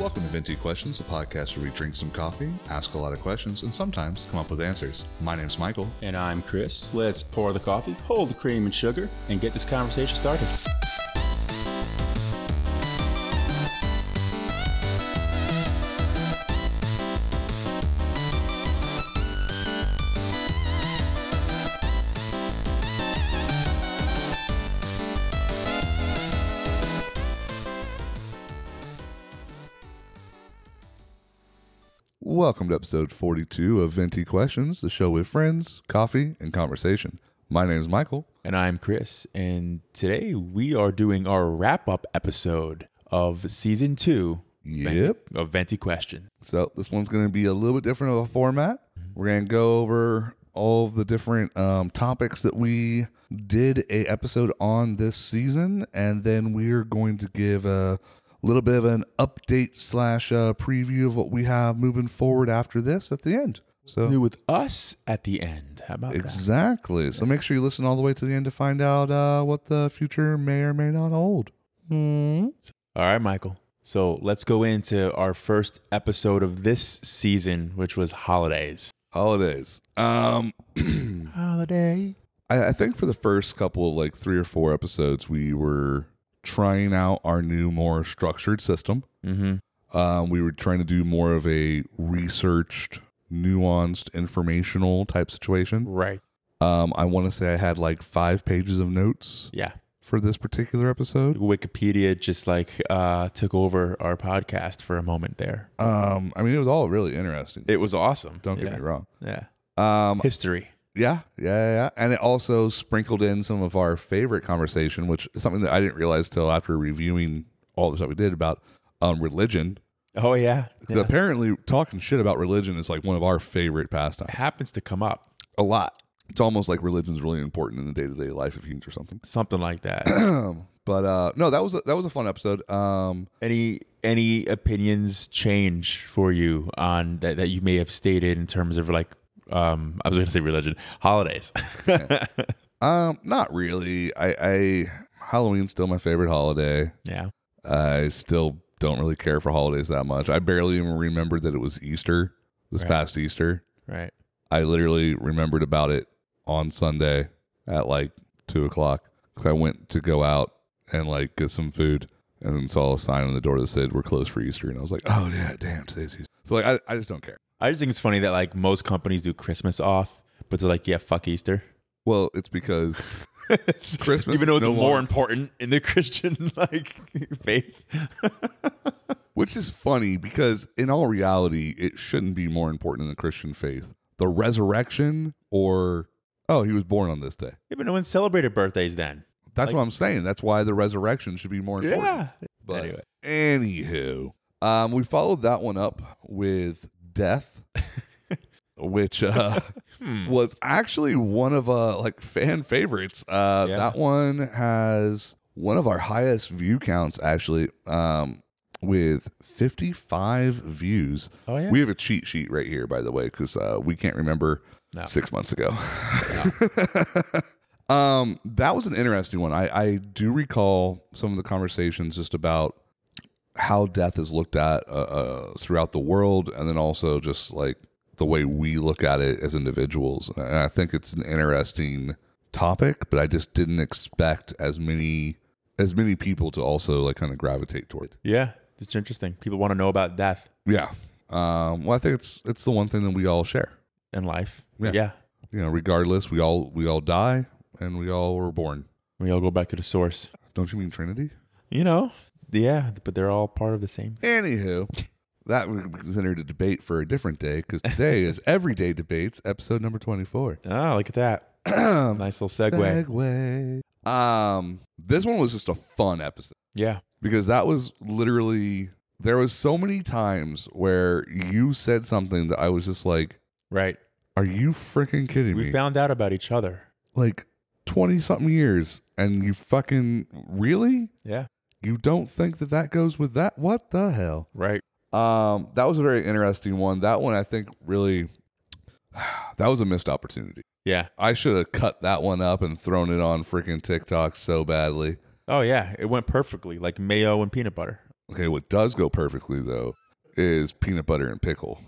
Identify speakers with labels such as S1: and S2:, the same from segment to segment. S1: Welcome to Venti Questions, a podcast where we drink some coffee, ask a lot of questions, and sometimes come up with answers. My name's Michael.
S2: And I'm Chris. Let's pour the coffee, hold the cream and sugar, and get this conversation started.
S1: Welcome to episode 42 of Venti Questions, the show with friends, coffee, and conversation. My name's Michael.
S2: And I'm Chris. And today we are doing our wrap up episode of season two
S1: Yep.
S2: of Venti Question.
S1: So this one's going to be a little bit different of a format. We're going to go over all of the different um, topics that we did a episode on this season, and then we're going to give a little bit of an update slash uh, preview of what we have moving forward after this at the end. So
S2: Do with us at the end. How about that?
S1: exactly. So make sure you listen all the way to the end to find out uh, what the future may or may not hold.
S2: Hmm. All right, Michael. So let's go into our first episode of this season, which was holidays.
S1: Holidays. Um,
S2: Holiday.
S1: I, I think for the first couple of like three or four episodes, we were trying out our new, more structured system.
S2: Mm-hmm.
S1: Um, we were trying to do more of a researched, nuanced, informational type situation.
S2: Right.
S1: Um, I want to say I had like five pages of notes
S2: Yeah.
S1: for this particular episode.
S2: Wikipedia just like uh, took over our podcast for a moment there.
S1: Um, I mean, it was all really interesting.
S2: It was awesome.
S1: Don't
S2: yeah.
S1: get me wrong.
S2: Yeah.
S1: Um,
S2: History.
S1: Yeah, yeah, yeah. And it also sprinkled in some of our favorite conversation, which is something that I didn't realize till after reviewing all the stuff we did about um, religion.
S2: Oh yeah.
S1: 'Cause Apparently, talking shit about religion is like one of our favorite pastimes.
S2: happens to come up.
S1: A lot. It's almost like religion's really important in the day to day life of humans or something.
S2: Something like that.
S1: But uh, no, that was a, that was a fun episode. Um,
S2: any any opinions change for you on that, that you may have stated in terms of like um I was gonna say religion. Holidays.
S1: um, not really. I, I Halloween's still my favorite holiday.
S2: yeah.
S1: I still don't really care for holidays that much. I barely even remember that it was Easter this
S2: Right.
S1: past Easter.
S2: Right.
S1: I literally remembered about it on Sunday at like two o'clock because I went to go out and like get some food and then saw a sign on the door that said we're closed for Easter and I was like, oh yeah, damn, today's Easter. So like I, I just don't care.
S2: I just think it's funny that like most companies do Christmas off, but they're like, yeah, fuck Easter.
S1: Well, it's because
S2: It's-
S1: Christmas
S2: even though
S1: is
S2: it's
S1: no
S2: more
S1: longer-
S2: important in the Christian like faith.
S1: which is funny because in all reality, it shouldn't be more important than the Christian faith. The resurrection or oh, he was born on this day.
S2: Even no one celebrated birthdays then.
S1: That's
S2: Like-
S1: what I'm saying. That's why the resurrection should be more important. But
S2: Anyway.
S1: anywho, um, we followed that one up with death, which uh,
S2: Hmm.
S1: was actually one of uh like fan favorites. Uh,
S2: Yeah.
S1: That one has one of our highest view counts actually. Um, with 55 views.
S2: Oh yeah.
S1: We have a cheat sheet right here, by the way, because uh, we can't remember
S2: No.
S1: six months ago. um, that was an interesting one. I, I do recall some of the conversations just about how death is looked at uh, uh, throughout the world, and then also just like the way we look at it as individuals. And I think it's an interesting topic, but I just didn't expect as many as many people to also like kind of gravitate toward. it.
S2: yeah. It's interesting. People want to know about death
S1: Yeah. Um, well, I think it's it's the one thing that we all share.
S2: and life.
S1: Yeah. You know, regardless, we all we all die and we all were born.
S2: We all go back to the source.
S1: Don't you mean Trinity?
S2: You know? Yeah, but they're all part of the same.
S1: Anywho, that would be considered a debate for a different day because today is Everyday Debates, episode number 24.
S2: Ah, look at that. nice little segue.
S1: Segue. Um, this one was just a fun episode
S2: yeah.
S1: because that was literally, there was so many times where you said something that I was just like,
S2: Right.
S1: are you freaking kidding
S2: We
S1: me?
S2: found out about each other.
S1: like 20 something years and you fucking, really?
S2: Yeah.
S1: You don't think that that goes with that? What the hell?
S2: Right.
S1: Um, that was a very interesting one. That one I think really that was a missed opportunity.
S2: Yeah.
S1: I should have cut that one up and thrown it on freaking TikTok so badly.
S2: Oh yeah. It went perfectly. Like mayo and peanut butter.
S1: Okay, what does go perfectly though is peanut butter and pickle.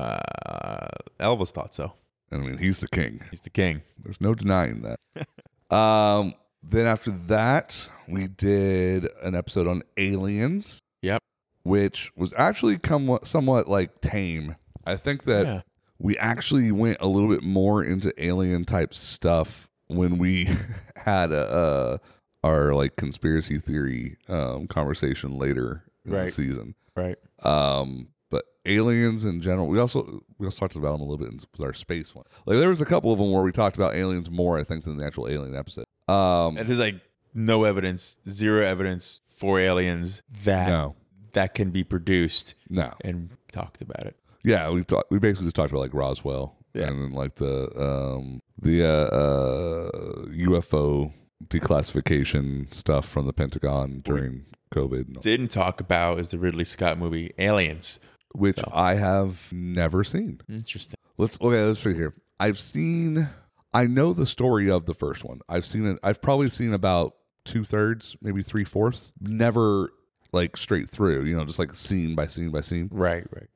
S2: Uh, Elvis thought so.
S1: I mean, he's the king.
S2: He's the king.
S1: There's no denying that. um, then after that, we did an episode on aliens.
S2: Yep.
S1: Which was actually somewhat, somewhat like tame. I think that
S2: Yeah.
S1: we actually went a little bit more into alien type stuff when we had a, uh, our like conspiracy theory um, conversation later in the
S2: Right.
S1: season.
S2: Right.
S1: Um, but aliens in general, we also we also talked about them a little bit in, with our space one. Like there was a couple of them where we talked about aliens more, I think, than the actual alien episode. Um,
S2: And there's like no evidence, zero evidence for aliens that
S1: no,
S2: that can be produced
S1: no,
S2: and talked about it.
S1: yeah, we talked. We basically just talked about like Roswell
S2: Yeah.
S1: and then like the um the uh, uh UFO declassification stuff from the Pentagon during COVID. and all-
S2: Didn't talk about is the Ridley Scott movie Aliens.
S1: Which
S2: So. Mm.
S1: I have never seen.
S2: Interesting.
S1: Let's okay. Let's figure here. I've seen. I know the story of the first one. I've seen it. I've probably seen about two thirds, maybe three fourths. Never like straight through. You know, just like scene by scene by scene.
S2: Right. Right.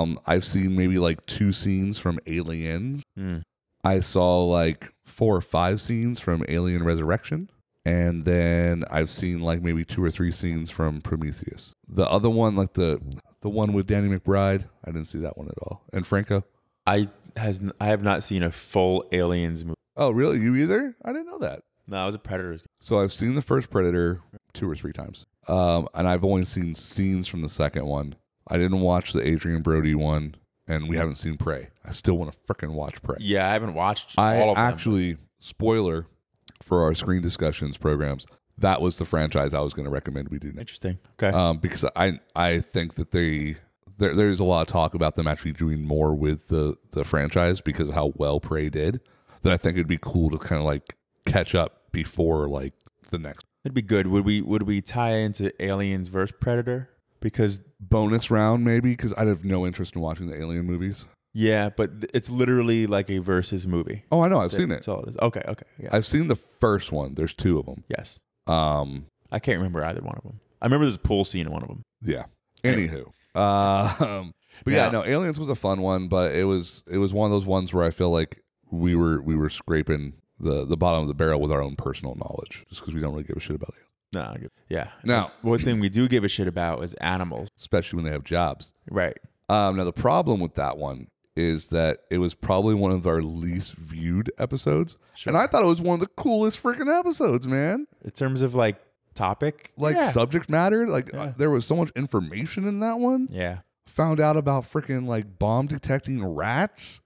S1: Um, I've seen maybe like two scenes from Aliens.
S2: Mm.
S1: I saw like four or five scenes from Alien Resurrection. And then I've seen like maybe two or three scenes from Prometheus. The other one, like the the one with Danny McBride, I didn't see that one at all. And Franco.
S2: I has n- I have not seen a full Aliens movie.
S1: Oh, really? You either? I didn't know that.
S2: No, I was a Predator.
S1: So I've seen the first Predator two or three times, um, and I've only seen scenes from the second one. I didn't watch the Adrian Brody one, and we haven't seen Prey. I still want to frickin' watch Prey.
S2: Yeah, I haven't watched
S1: I
S2: all of them.
S1: actually, spoiler for our screen discussions programs, that was the franchise I was going to recommend we do next,
S2: Interesting. Okay.
S1: um, because I I think that they. There, there's a lot of talk about them actually doing more with the, the franchise because of how well Prey did. That I think it'd be cool to kind of like catch up before like the next
S2: That'd be good. Would we would we tie into Aliens versus Predator? Because
S1: bonus round maybe because I'd have no interest in watching the Alien movies.
S2: yeah, but th- it's literally like a versus movie.
S1: Oh, I know, I've
S2: That's
S1: seen it.
S2: That's all it is. Okay, okay. Yeah.
S1: I've seen the first one. There's two of them.
S2: yes.
S1: Um,
S2: I can't remember either one of them. I remember there's a pool scene in one of them.
S1: yeah. Anywho, uh, um, but yeah,
S2: Yeah.
S1: no, Aliens was a fun one, but it was it was one of those ones where I feel like we were we were scraping the the bottom of the barrel with our own personal knowledge just because we don't really give a shit about aliens,
S2: No, I give- yeah.
S1: Now-
S2: one thing we do give a shit about is animals.
S1: especially when they have jobs.
S2: Right.
S1: Um, now the problem with that one is that it was probably one of our least viewed episodes,
S2: Sure.
S1: and I thought it was one of the coolest freaking episodes, man.
S2: In terms of like topic,
S1: like
S2: yeah.
S1: subject matter. Like uh,
S2: Yeah.
S1: there was so much information in that one.
S2: yeah.
S1: Found out about freaking like bomb detecting rats.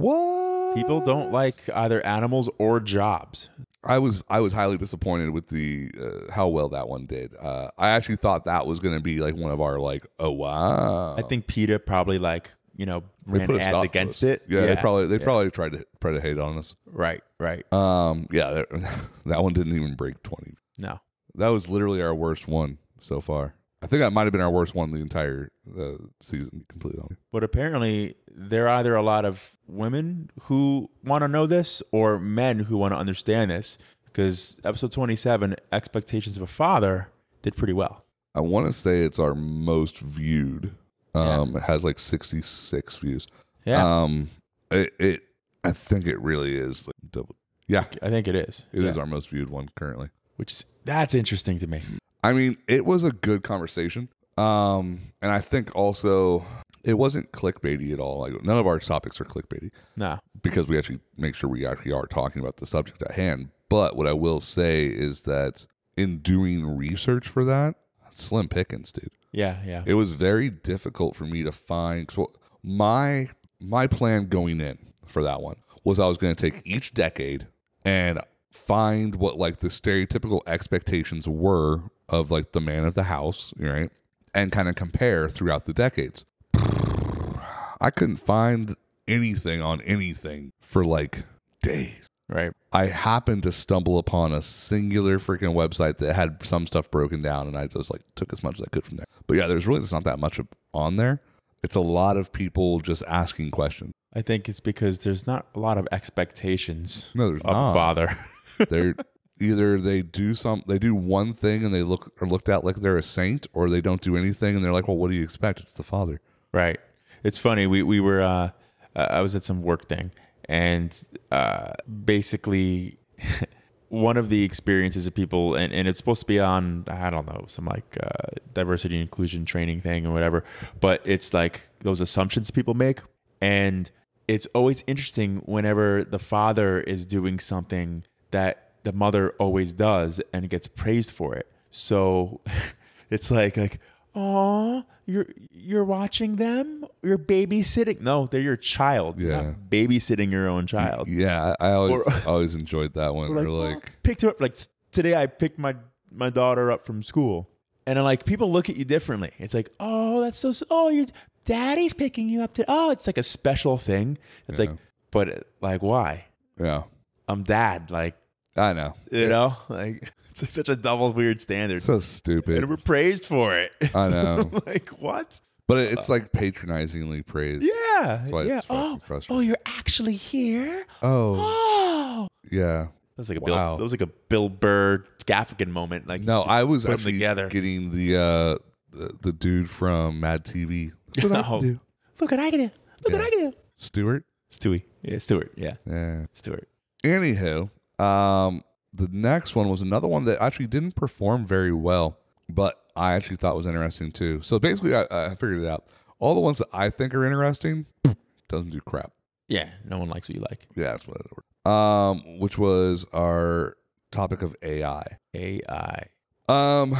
S1: What
S2: People don't like either animals or jobs.
S1: I was I was highly disappointed with the uh, how well that one did. Uh, I actually thought that was going to be like one of our like oh wow.
S2: I think PETA probably like, you know,
S1: They
S2: ran
S1: put a stop
S2: ads
S1: to
S2: against
S1: us.
S2: it.
S1: Yeah, they probably they
S2: Yeah.
S1: probably tried to try to hate on us.
S2: Right, right.
S1: Um, yeah, that, that one didn't even break twenty.
S2: No.
S1: That was literally our worst one so far. I think that might have been our worst one the entire uh, season. Completely honest.
S2: But apparently, there are either a lot of women who want to know this or men who want to understand this because episode 27, Expectations of a Father, did pretty well.
S1: I want to say it's our most viewed.
S2: Yeah.
S1: Um, It has like 66 views.
S2: Yeah,
S1: Um, it, it, I think it really is like double. Yeah,
S2: I think it is.
S1: it is
S2: Yeah.
S1: our most viewed one currently.
S2: Which is, that's interesting to me.
S1: I mean, it was a good conversation. Um, and I think also it wasn't clickbaity at all. Like none of our topics are clickbaity
S2: No.
S1: because we actually make sure we actually are talking about the subject at hand. But what I will say is that in doing research for that, slim pickings, dude.
S2: Yeah, yeah.
S1: it was very difficult for me to find so my my plan going in for that one was I was going to take each decade and find what like the stereotypical expectations were of like the man of the house, right? And kind of compare throughout the decades. I couldn't find anything on anything for like days.
S2: right.
S1: I happened to stumble upon a singular freaking website that had some stuff broken down, and I just like took as much as I could from there. But yeah, there's really just not that much of- on there. It's a lot of people just asking questions.
S2: I think it's because there's not a lot of expectations
S1: No, there's
S2: of a
S1: not.
S2: father.
S1: There, either they do some they do one thing and they look are looked at like they're a saint or they don't do anything and they're like well what do you expect it's the father
S2: Right. It's funny. We we were uh, uh, I was at some work thing, and uh, basically, one of the experiences of people, and, and it's supposed to be on I don't know some like uh, diversity and inclusion training thing or whatever, but it's like those assumptions people make, and it's always interesting whenever the father is doing something that the mother always does and gets praised for it. So it's like like oh you're you're watching them you're babysitting no they're your child You're
S1: Yeah.
S2: not babysitting your own child
S1: yeah i, I always
S2: Or-
S1: always enjoyed that one
S2: like,
S1: or
S2: "Oh,
S1: like
S2: picked her up like t- today i picked my my daughter up from school and i'm like people look at you differently it's like oh that's so s- oh your daddy's picking you up to oh it's like a special thing it's
S1: Yeah.
S2: like but uh, like why
S1: yeah
S2: i'm dad like
S1: i know
S2: you know like it's like such a double weird standard
S1: so
S2: and we're
S1: stupid
S2: praised for it
S1: I know.
S2: like what
S1: but it- it's like patronizingly praised
S2: Uh. yeah
S1: why it's
S2: yeah
S1: fucking
S2: oh
S1: frustrating.
S2: oh you're actually here
S1: oh
S2: oh
S1: yeah
S2: that was like a
S1: Wow.
S2: bill that was like a bill burr gaffigan moment like
S1: no i was
S2: Put 'em
S1: actually
S2: together.
S1: getting the uh the, the dude from mad tv That's what I can
S2: Oh.
S1: do.
S2: Look what I can do. Look
S1: what Yeah. I
S2: can do.
S1: stewart
S2: Stewie. Yeah, Stewart. Yeah,
S1: yeah
S2: Stewart.
S1: Anywho, um, the next one was another one that actually didn't perform very well, but I actually thought was interesting too. So basically, I, I figured it out. All the ones that I think are interesting doesn't do crap.
S2: Yeah, no one likes what you like.
S1: Yeah, that's what it worked. Um, which was our topic of AI.
S2: AI.
S1: Um,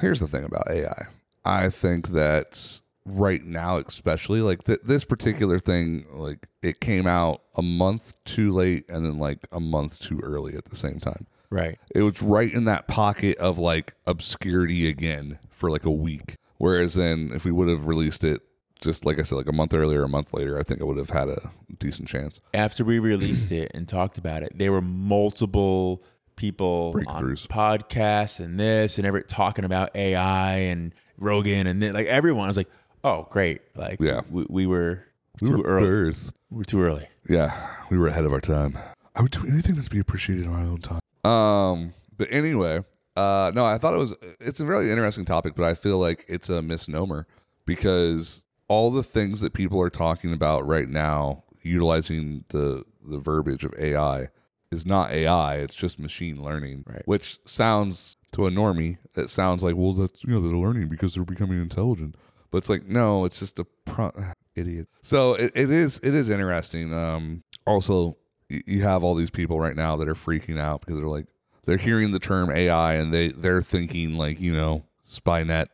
S1: here's the thing about AI. I think that right now, especially like th- this particular thing, like it came out a month too late and then like a month too early at the same time.
S2: Right.
S1: it was right in that pocket of like obscurity again for like a week. Whereas in if we would have released it just like I said, like a month earlier, a month later, I think I would have had a decent chance.
S2: After we released it and talked about it, there were multiple people on
S1: Breakthroughs.
S2: podcasts and this and every talking about AI and Rogan and then, like everyone. I was like, oh, great. Like,
S1: Yeah.
S2: we, we were too early.
S1: first.
S2: We were too early.
S1: Yeah, we were ahead of our time. I would do anything to be appreciated on our own time. Um, but anyway, uh, no, I thought it was it's a really interesting topic, but I feel like it's a misnomer because all the things that people are talking about right now, utilizing the the verbiage of AI, is not AI. It's just machine learning,
S2: Right.
S1: which sounds to a normie that sounds like well, that's you know they're learning because they're becoming intelligent. But it's like no, it's just a pro- idiot. So it, it is it is interesting. Um, also, y- you have all these people right now that are freaking out because they're like they're hearing the term AI and they they're thinking like you know Spynet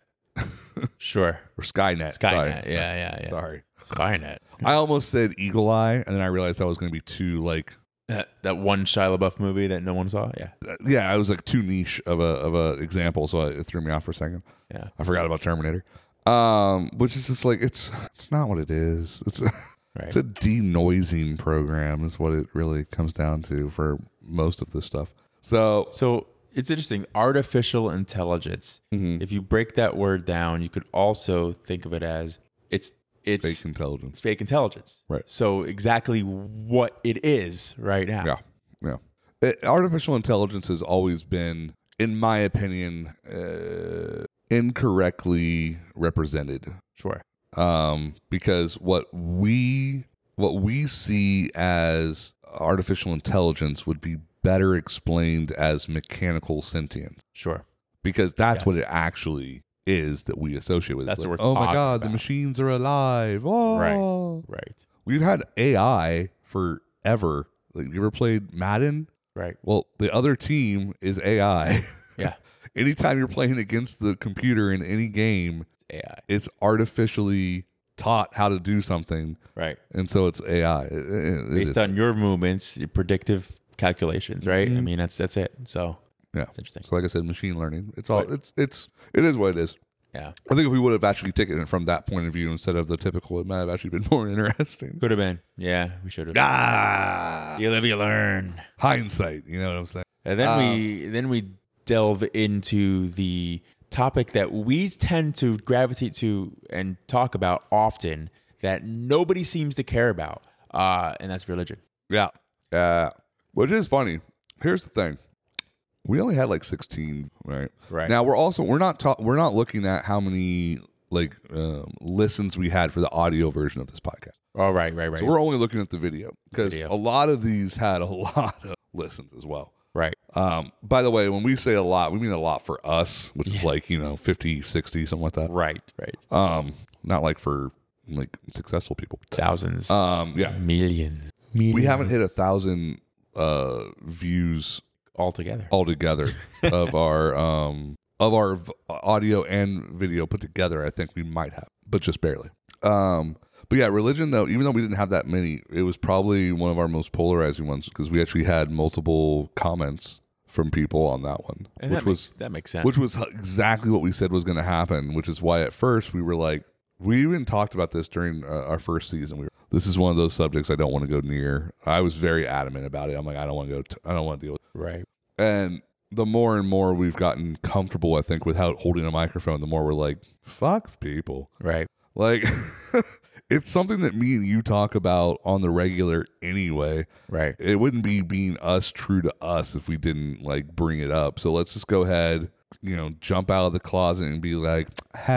S2: Sure.
S1: or Skynet. sorry.
S2: Skynet. Yeah, yeah, yeah.
S1: Sorry.
S2: Skynet.
S1: I almost said Eagle Eye, and then I realized I was going to be too like
S2: That, that one Shia LaBeouf movie that no one saw. Yeah.
S1: yeah, I was like too niche of a of a example, so it threw me off for a second.
S2: Yeah.
S1: I forgot about Terminator, um, which is just like it's it's not what it is. It's a,
S2: Right.
S1: it's a denoising program, is what it really comes down to for most of this stuff. So Mm-hmm.
S2: So it's interesting. Artificial intelligence. If you break that word down, you could also think of it as it's it's
S1: fake
S2: fake,
S1: intelligence,
S2: intelligence.
S1: Right.
S2: So exactly what it is right now.
S1: yeah, yeah. It- artificial intelligence has always been, in my opinion, uh, incorrectly represented
S2: Sure.
S1: um, because what we what we see as artificial intelligence would be better explained as mechanical sentience
S2: Sure.
S1: because that's
S2: Yes.
S1: what it actually is that we associate with. it.
S2: That's what
S1: Like,
S2: we're
S1: oh my
S2: talking
S1: god, the
S2: about.
S1: machines are alive! Oh,
S2: Right.
S1: we've had AI forever. Like, you ever played Madden?
S2: Right.
S1: Well, the other team is AI.
S2: Yeah.
S1: Anytime you're playing against the computer in any game,
S2: It's AI.
S1: it's artificially taught how to do something
S2: Right.
S1: and so it's AI. It- it- it is.
S2: Based on your movements, your predictive calculations, right?
S1: Mm-hmm.
S2: I mean that's that's it. So
S1: Yeah.
S2: it's interesting.
S1: so like I said, machine learning. It's all
S2: Right.
S1: it's it's it is what it is.
S2: Yeah.
S1: I think if we would have actually taken it from that point of view instead of the typical, it might have actually been more interesting.
S2: Could have been. Yeah, we should have.
S1: Ah,
S2: You live, you learn.
S1: hindsight. You know what I'm saying?
S2: And then
S1: Uh,
S2: we then we delve into the topic that we tend to gravitate to and talk about often that nobody seems to care about, uh, and that's religion.
S1: Yeah, yeah. Which is funny. Here's the thing: we only had like 16 right
S2: Right.
S1: now we're also we're not ta- we're not looking at how many like um, listens we had for the audio version of this podcast
S2: Oh, right, right, right.
S1: so we're only looking at the video because
S2: Video.
S1: a lot of these had a lot of listens as well
S2: right.
S1: um, by the way when we say a lot we mean a lot for us which is like you know 50 60 something like that
S2: Right, right.
S1: um not like for like successful people
S2: Thousands,
S1: um yeah
S2: Uh, millions
S1: we haven't hit a thousand uh views
S2: altogether.
S1: altogether of our um of our v- audio and video put together i think we might have but just barely um but yeah religion though even though we didn't have that many it was probably one of our most polarizing ones because we actually had multiple comments from people on that one
S2: And
S1: which
S2: that
S1: was
S2: makes, that makes sense.
S1: which was exactly what we said was going to happen, which is why at first we were like, we even talked about this during uh, our first season. We were, this is one of those subjects I don't want to go near. I was very adamant about it. I'm like, I don't want to go. T- I don't want to deal with.
S2: right.
S1: It. And the more and more we've gotten comfortable, I think, without holding a microphone, the more we're like, fuck people.
S2: Right.
S1: Like, it's something that me and you talk about on the regular anyway
S2: Right.
S1: it wouldn't be being us true to us if we didn't like bring it up. So let's just go ahead, you know, jump out of the closet and be like,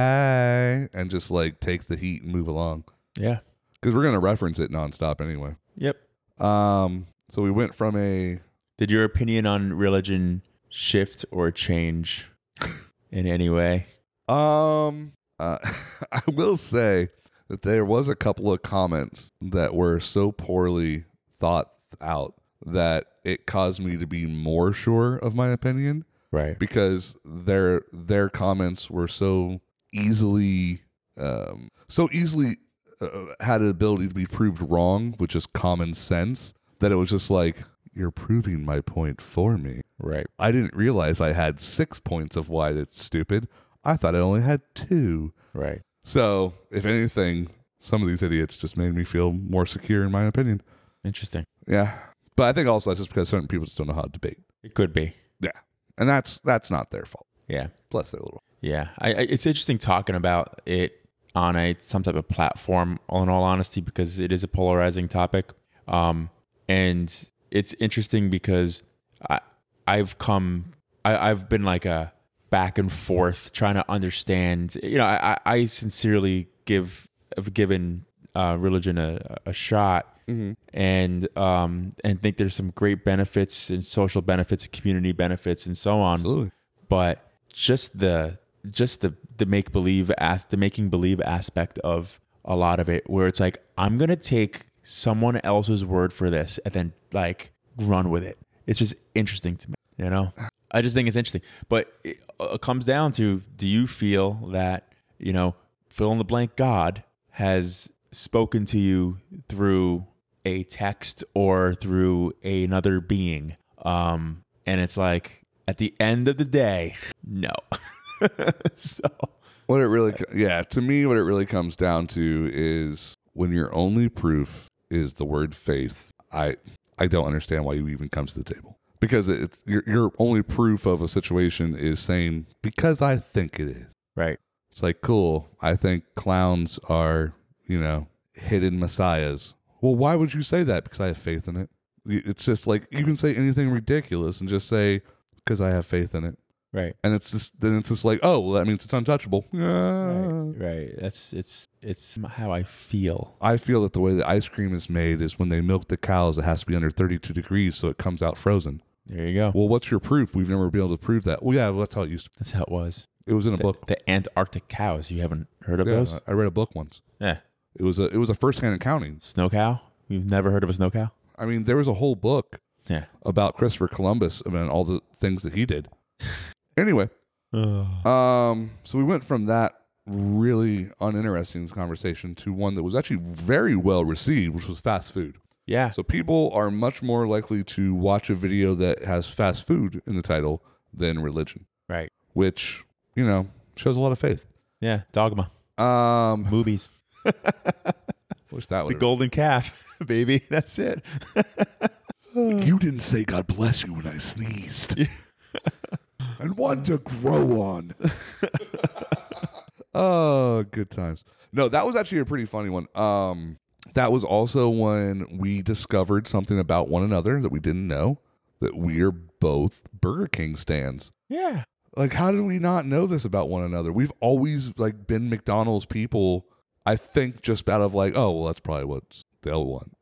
S1: "Hey," and just like take the heat and move along
S2: Yeah.
S1: because we're gonna reference it nonstop anyway.
S2: Yep.
S1: Um, so we went from a
S2: Did your opinion on religion shift or change in any way?
S1: um, uh, I will say that there was a couple of comments that were so poorly thought out that it caused me to be more sure of my opinion
S2: Right.
S1: because their their comments were so easily um, so easily uh, had an ability to be proved wrong with just common sense that it was just like you're proving my point for me.
S2: Right.
S1: I didn't realize I had six points of why that's stupid. I thought I only had two.
S2: Right.
S1: So if anything, some of these idiots just made me feel more secure in my opinion.
S2: Interesting.
S1: Yeah, but I think also that's just because certain people just don't know how to debate.
S2: It could be.
S1: Yeah, and that's that's not their fault.
S2: Yeah.
S1: Bless their little.
S2: Yeah, I, I, it's interesting talking about it on a some type of platform. all In all honesty, because it is a polarizing topic, um, and it's interesting because I I've come I, I've been like a back and forth trying to understand. You know, I I I sincerely give have given uh, religion a, a shot and um and think there's some great benefits and social benefits and community benefits and so on
S1: Absolutely.
S2: but just the just the the make believe as the making believe aspect of a lot of it where it's like i'm gonna take someone else's word for this and then like run with it it's just interesting to me you know i just think it's interesting but it uh, comes down to do you feel that you know fill in the blank god has spoken to you through a text or through another being um and it's like at the end of the day no so
S1: What it really, co- yeah, to me, what it really comes down to is when your only proof is the word faith. I I don't understand why you even come to the table because it's your your only proof of a situation is saying because I think it is.
S2: right
S1: It's like cool. I think clowns are you know hidden messiahs. Well, why would you say that? Because I have faith in it. Y- It's just like you can say anything ridiculous and just say because I have faith in it.
S2: right
S1: And it's just then it's just like oh well that means it's untouchable. Ah.
S2: right right that's it's it's how i feel
S1: I feel that the way that ice cream is made is when they milk the cows, it has to be under 32 degrees so it comes out frozen.
S2: there you go
S1: Well, what's your proof? We've never been able to prove that. Well, yeah, well, that's how it used to
S2: that's how it was
S1: be. It was in a book.
S2: the antarctic cows you haven't heard of
S1: Yeah, Uh.
S2: those
S1: I read a book once.
S2: yeah
S1: It was a it was a first hand accounting.
S2: snow cow you've never heard of a snow cow
S1: I mean, there was a whole book
S2: yeah
S1: about Christopher Columbus and all the things that he did. anyway,
S2: Ugh.
S1: um, so we went from that really uninteresting conversation to one that was actually very well received, which was fast food.
S2: yeah
S1: So people are much more likely to watch a video that has fast food in the title than religion,
S2: right
S1: which, you know, shows a lot of faith.
S2: yeah dogma
S1: Um
S2: movies
S1: wish that
S2: the
S1: would
S2: golden calf baby that's it
S1: You didn't say God bless you when I sneezed. and one to grow on. oh, good times. No, that was actually a pretty funny one. Um that was also when we discovered something about one another that we didn't know that we're both Burger King stands.
S2: Yeah.
S1: Like, how did we not know this about one another? We've always like been McDonald's people. I think just out of like, oh well, that's probably what they'll want.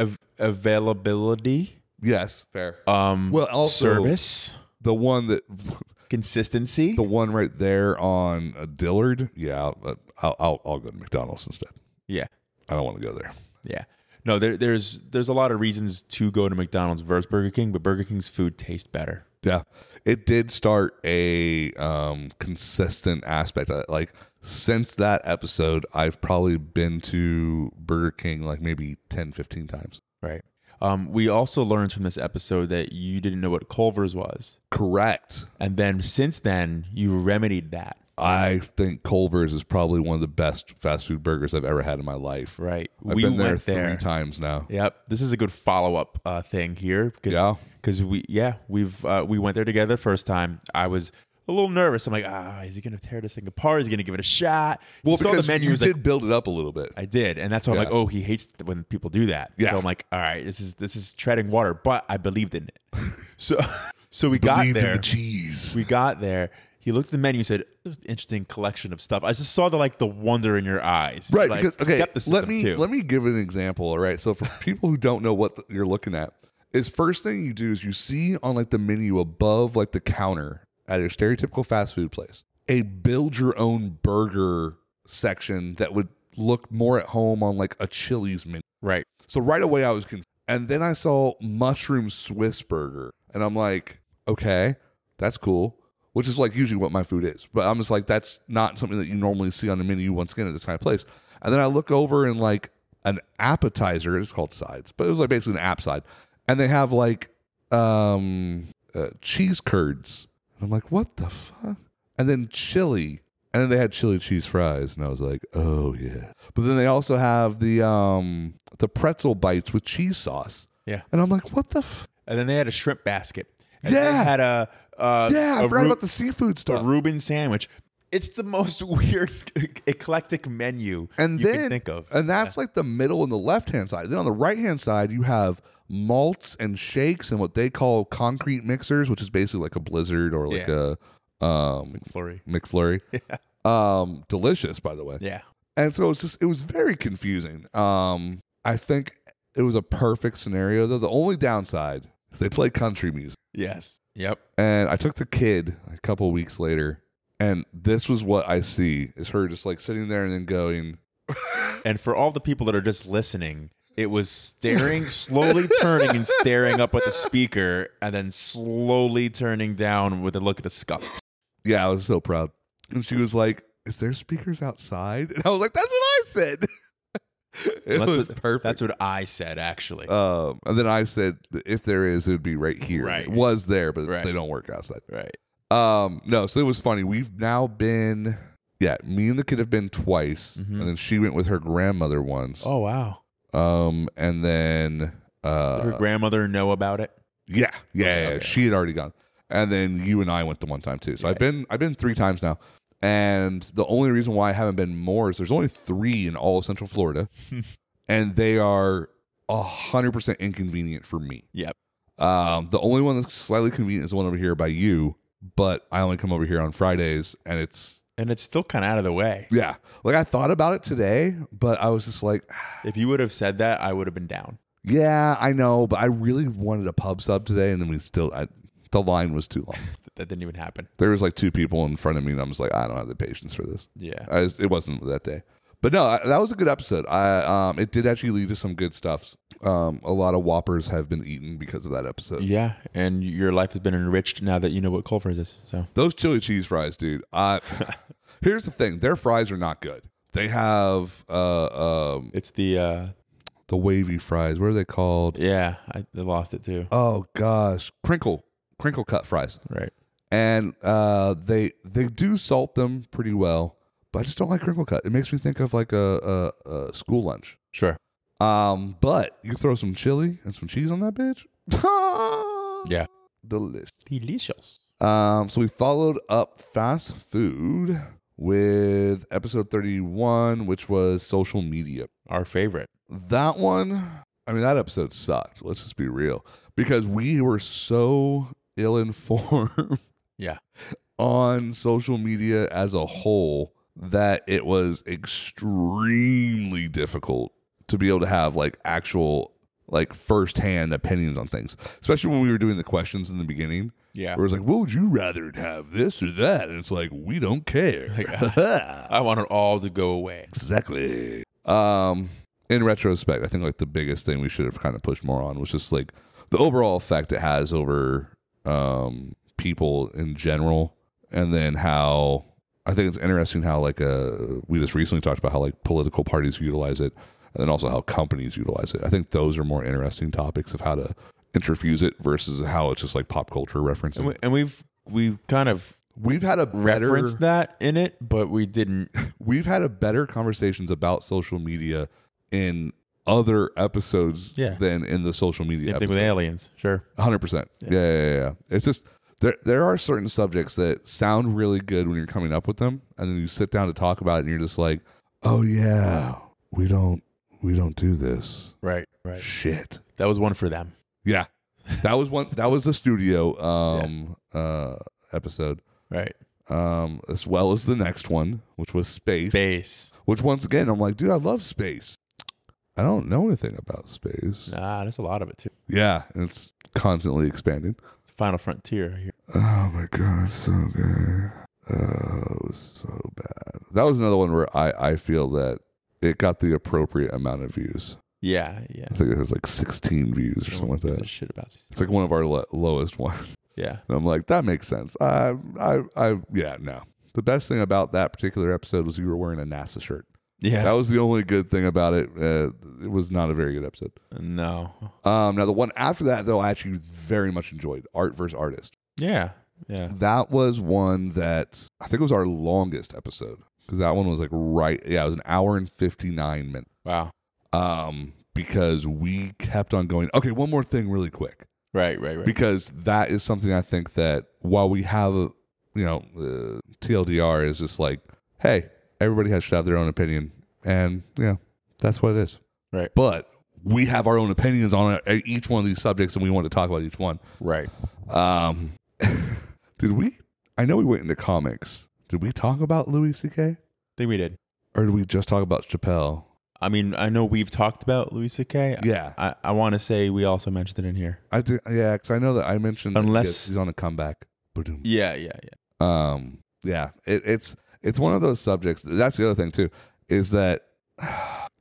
S2: Av- availability.
S1: Yes, fair.
S2: Um.
S1: Well, also-
S2: service
S1: The one that,
S2: consistency.
S1: the one right there on uh, Dillard. Yeah, I'll, uh, I'll I'll- I'll go to McDonald's instead.
S2: yeah.
S1: I don't want to go there.
S2: Yeah. No, there, there's there's a lot of reasons to go to McDonald's versus Burger King, but Burger King's food tastes better.
S1: Yeah, it did start a um, consistent aspect. Uh, Like since that episode, I've probably been to Burger King like maybe 10, 15 times.
S2: Right. Um, we also learned from this episode that you didn't know what Culver's was,
S1: Correct.
S2: and then since then you remedied that.
S1: I think Culver's is probably one of the best fast food burgers I've ever had in my life.
S2: Right.
S1: I've
S2: we
S1: been there
S2: went
S1: three
S2: there.
S1: times now.
S2: Yep. This is a good follow up uh, thing here. Cause,
S1: Yeah.
S2: Because we yeah we've uh, we went there together first time. I was a little nervous. I'm like, ah, is he gonna tear this thing apart? Is he gonna give it a shot? Well, saw the
S1: because
S2: menu.
S1: you
S2: was like,
S1: did build it up a little bit.
S2: I did, and that's why I'm like,
S1: Yeah.
S2: oh, he hates th- when people do that.
S1: Yeah.
S2: So I'm like, all right, this is this is treading water, but I believed in it. So so we got
S1: Believed in
S2: there.
S1: the cheese.
S2: We got there. He looked at the menu. He said, "There's an interesting collection of stuff." I just saw the like the wonder in your eyes,
S1: right
S2: Like,
S1: because okay
S2: skepticism
S1: let me
S2: too.
S1: let me give an example all right so for people who don't know what th- you're looking at is first thing you do is you see on like the menu above like the counter at your stereotypical fast food place a build your own burger section that would look more at home on like a chili's menu
S2: right.
S1: so right away I was confused. And then I saw mushroom Swiss burger and I'm like, okay, that's cool. Which is like usually what my food is. But I'm just like, that's not something that you normally see on the menu once again at this kind of place. And then I look over and like an appetizer, it's called sides, but it was like basically an app side. And they have like um uh, cheese curds. And I'm like, what the fuck? And then chili. And then they had chili cheese fries, and I was like, "Oh yeah!" But then they also have the um the pretzel bites with cheese sauce,
S2: Yeah.
S1: and I'm like, "What the? F-
S2: And then they had a shrimp basket. And
S1: Yeah.
S2: They had a uh,
S1: yeah, I
S2: a
S1: forgot
S2: Ru-
S1: about the seafood
S2: a
S1: stuff."
S2: Reuben sandwich. It's the most weird eclectic menu
S1: and
S2: you
S1: then
S2: can think of.
S1: and that's like the middle and the left hand side. Then on the right hand side, you have malts and shakes and what they call concrete mixers, which is basically like a Blizzard or like a um
S2: Flurry.
S1: McFlurry. Um, delicious, by the way.
S2: Yeah.
S1: And so it's just it was very confusing. Um, I think it was a perfect scenario though. The only downside is they play country music.
S2: Yes. Yep.
S1: And I took the kid a couple weeks later, and this was what I see is her just like sitting there and then going,
S2: And for all the people that are just listening, it was staring, slowly turning and staring up at the speaker, and then slowly turning down with a look of disgust.
S1: "Yeah, I was so proud." And she was like, "Is there speakers outside?" And I was like, "That's what I said." it
S2: That's
S1: was
S2: what-
S1: perfect.
S2: That's what I said, actually.
S1: um, and then I said, "If there is, it would be right here."
S2: Right.
S1: It was there, but
S2: Right.
S1: they don't work outside.
S2: right.
S1: Um, no, so it was funny. We've now been, yeah, me and the kid have been twice,
S2: Mhm.
S1: and then she went with her grandmother once.
S2: Oh, wow.
S1: Um, and then, uh,
S2: Did her grandmother know about it?
S1: yeah, yeah,
S2: Okay,
S1: yeah,
S2: okay.
S1: she had already gone, and then you and I went the one time too. So
S2: Yeah.
S1: I've been, I've been three times now, and the only reason why I haven't been more is there's only three in all of Central Florida, and they are hundred percent inconvenient for me.
S2: Yep.
S1: Um, the only one that's slightly convenient is the one over here by you, but I only come over here on Fridays, and it's
S2: And it's still kind of out of the way.
S1: yeah. Like I thought about it today, but I was just like,
S2: If you would have said that, I would have been down.
S1: yeah, I know, but I really wanted a pub sub today, and then we still I, the line was too long.
S2: That didn't even happen.
S1: There was like two people in front of me, and I was like, I don't have the patience for this.
S2: Yeah.
S1: I just, it wasn't that day. But no, I, that was a good episode. I um, it did actually lead to some good stuff. Um, a lot of whoppers have been eaten because of that episode.
S2: Yeah. And your life has been enriched now that you know what Culver's is. So
S1: Those chili cheese fries, dude. I here's the thing: their fries are not good. They have uh, um,
S2: it's the, uh,
S1: the wavy fries. What are they called?
S2: yeah, I I lost it too.
S1: Oh gosh, crinkle crinkle cut fries,
S2: Right.
S1: and uh, they they do salt them pretty well, but I just don't like crinkle cut. It makes me think of like a, a, a school lunch.
S2: Sure.
S1: Um, but you throw some chili and some cheese on that bitch.
S2: Yeah.
S1: delicious.
S2: Delicious.
S1: Um, so we followed up fast food with episode 31, which was social media.
S2: Our favorite.
S1: That one, I mean, that episode sucked. Let's just be real because we were so ill informed
S2: Yeah.
S1: on social media as a whole that it was extremely difficult to be able to have like actual like firsthand opinions on things especially when we were doing the questions in the beginning
S2: Yeah.
S1: where it's like what would you rather have this or that and it's like we don't care
S2: I want it all to go away.
S1: Exactly. Um, in retrospect, I think like the biggest thing we should have kind of pushed more on was just like the overall effect it has over um people in general, and then how I think it's interesting how like uh we just recently talked about how like political parties utilize it, and then also how companies utilize it. I think those are more interesting topics of how to interfuse it versus how it's just like pop culture referencing.
S2: And, we, and we've we kind of
S1: we've had a better
S2: referenced that in it, but we didn't.
S1: we've had a better conversations about social media in other episodes
S2: Yeah.
S1: than in the social media
S2: Same thing with
S1: episode.
S2: aliens. Sure.
S1: 100%. Yeah. Yeah, yeah, yeah. It's just there there are certain subjects that sound really good when you're coming up with them and then you sit down to talk about it and you're just like, "Oh yeah, we don't we don't do this."
S2: Right. Right.
S1: Shit.
S2: That was one for them.
S1: Yeah. That was one that was the studio um uh episode.
S2: Right.
S1: Um as well as the next one, which was space.
S2: Base.
S1: Which once again, I'm like, dude, I love space. I don't know anything about space.
S2: Ah, there's a lot of it too.
S1: Yeah, and it's constantly expanding.
S2: Final Frontier. Here.
S1: Oh my god, it's so good. Oh, it was so bad. That was another one where I I feel that it got the appropriate amount of views.
S2: Yeah. Yeah.
S1: I think it has like 16 views or
S2: No
S1: something
S2: one
S1: like
S2: gives a
S1: that.
S2: Shit about. this.
S1: It's like one of our lo- lowest ones.
S2: Yeah.
S1: And I'm like, that makes sense. I I I yeah no. The best thing about that particular episode was you were wearing a NASA shirt.
S2: Yeah.
S1: That was the only good thing about it. Uh, it was not a very good episode.
S2: no.
S1: Um, now the one after that though, I actually very much enjoyed art versus artist.
S2: Yeah. Yeah.
S1: That was one that I think was our longest episode because that one was like right, yeah, it was an hour and fifty nine minutes.
S2: Wow.
S1: Um, because we kept on going. Okay, one more thing, really quick,
S2: Right. Right. Right.
S1: because that is something I think that while we have, a, you know, uh, TLDR is just like, hey, everybody has should have their own opinion, and yeah, that's what it is.
S2: Right.
S1: But we have our own opinions on uh, each one of these subjects, and we want to talk about each one.
S2: Right.
S1: Um, did we? I know we went into comics. Did we talk about Louis C.K.
S2: think we did.
S1: or did we just talk about Chappelle?
S2: I mean, I know we've talked about Louis C.K.
S1: Yeah,
S2: I, I want to say we also mentioned it in here.
S1: I do. Yeah, because I know that I mentioned that he
S2: Unless-
S1: gets- he's on a comeback. Ba-doom.
S2: Yeah, yeah, yeah.
S1: Um, yeah, it, it's it's one of those subjects. That's the other thing too, is that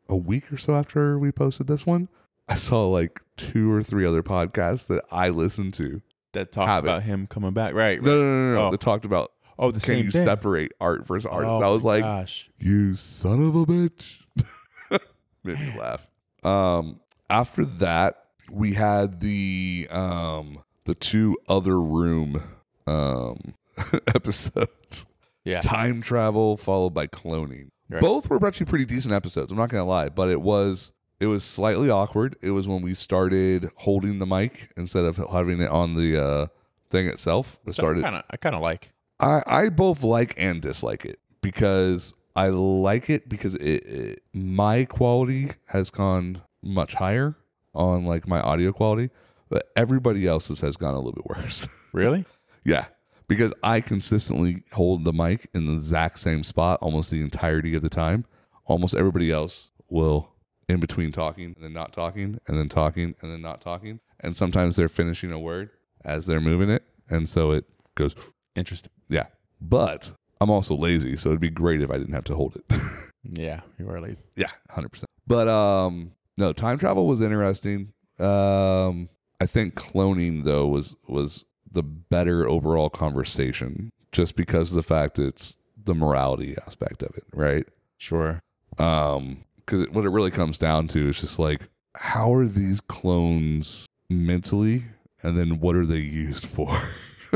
S1: a week or so after we posted this one, I saw like two or three other podcasts that I listened to.
S2: That talked
S1: Have it.
S2: about him coming back. Right. right.
S1: No, no, no, no. no.
S2: Oh.
S1: They talked about
S2: oh, the
S1: can
S2: same
S1: you
S2: thing.
S1: separate art versus artist?
S2: Oh
S1: I was
S2: my
S1: like,
S2: gosh.
S1: you son of a bitch. Made me laugh. Um, after that, we had the um the two other room um episodes.
S2: Yeah.
S1: Time travel followed by cloning.
S2: Right.
S1: Both were actually pretty decent episodes. I'm not gonna lie, but it was it was slightly awkward. It was when we started holding the mic instead of having it on the uh, thing itself. It started
S2: Kind of, I kind of like.
S1: I, I both like and dislike it because I like it because it, it my quality has gone much higher on like my audio quality, but everybody else's has gone a little bit worse.
S2: Really?
S1: yeah, because I consistently hold the mic in the exact same spot almost the entirety of the time. Almost everybody else will in between talking and then not talking and then talking and then not talking, and sometimes they're finishing a word as they're moving it, and so it goes.
S2: Interesting.
S1: Yeah. But I'm also lazy, so it'd be great if I didn't have to hold it.
S2: Yeah, you were late.
S1: yeah, 100%. But um no, time travel was interesting. Um I think cloning though was was the better overall conversation just because of the fact it's the morality aspect of it, right?
S2: Sure.
S1: Um cuz what it really comes down to is just like how are these clones mentally and then what are they used for?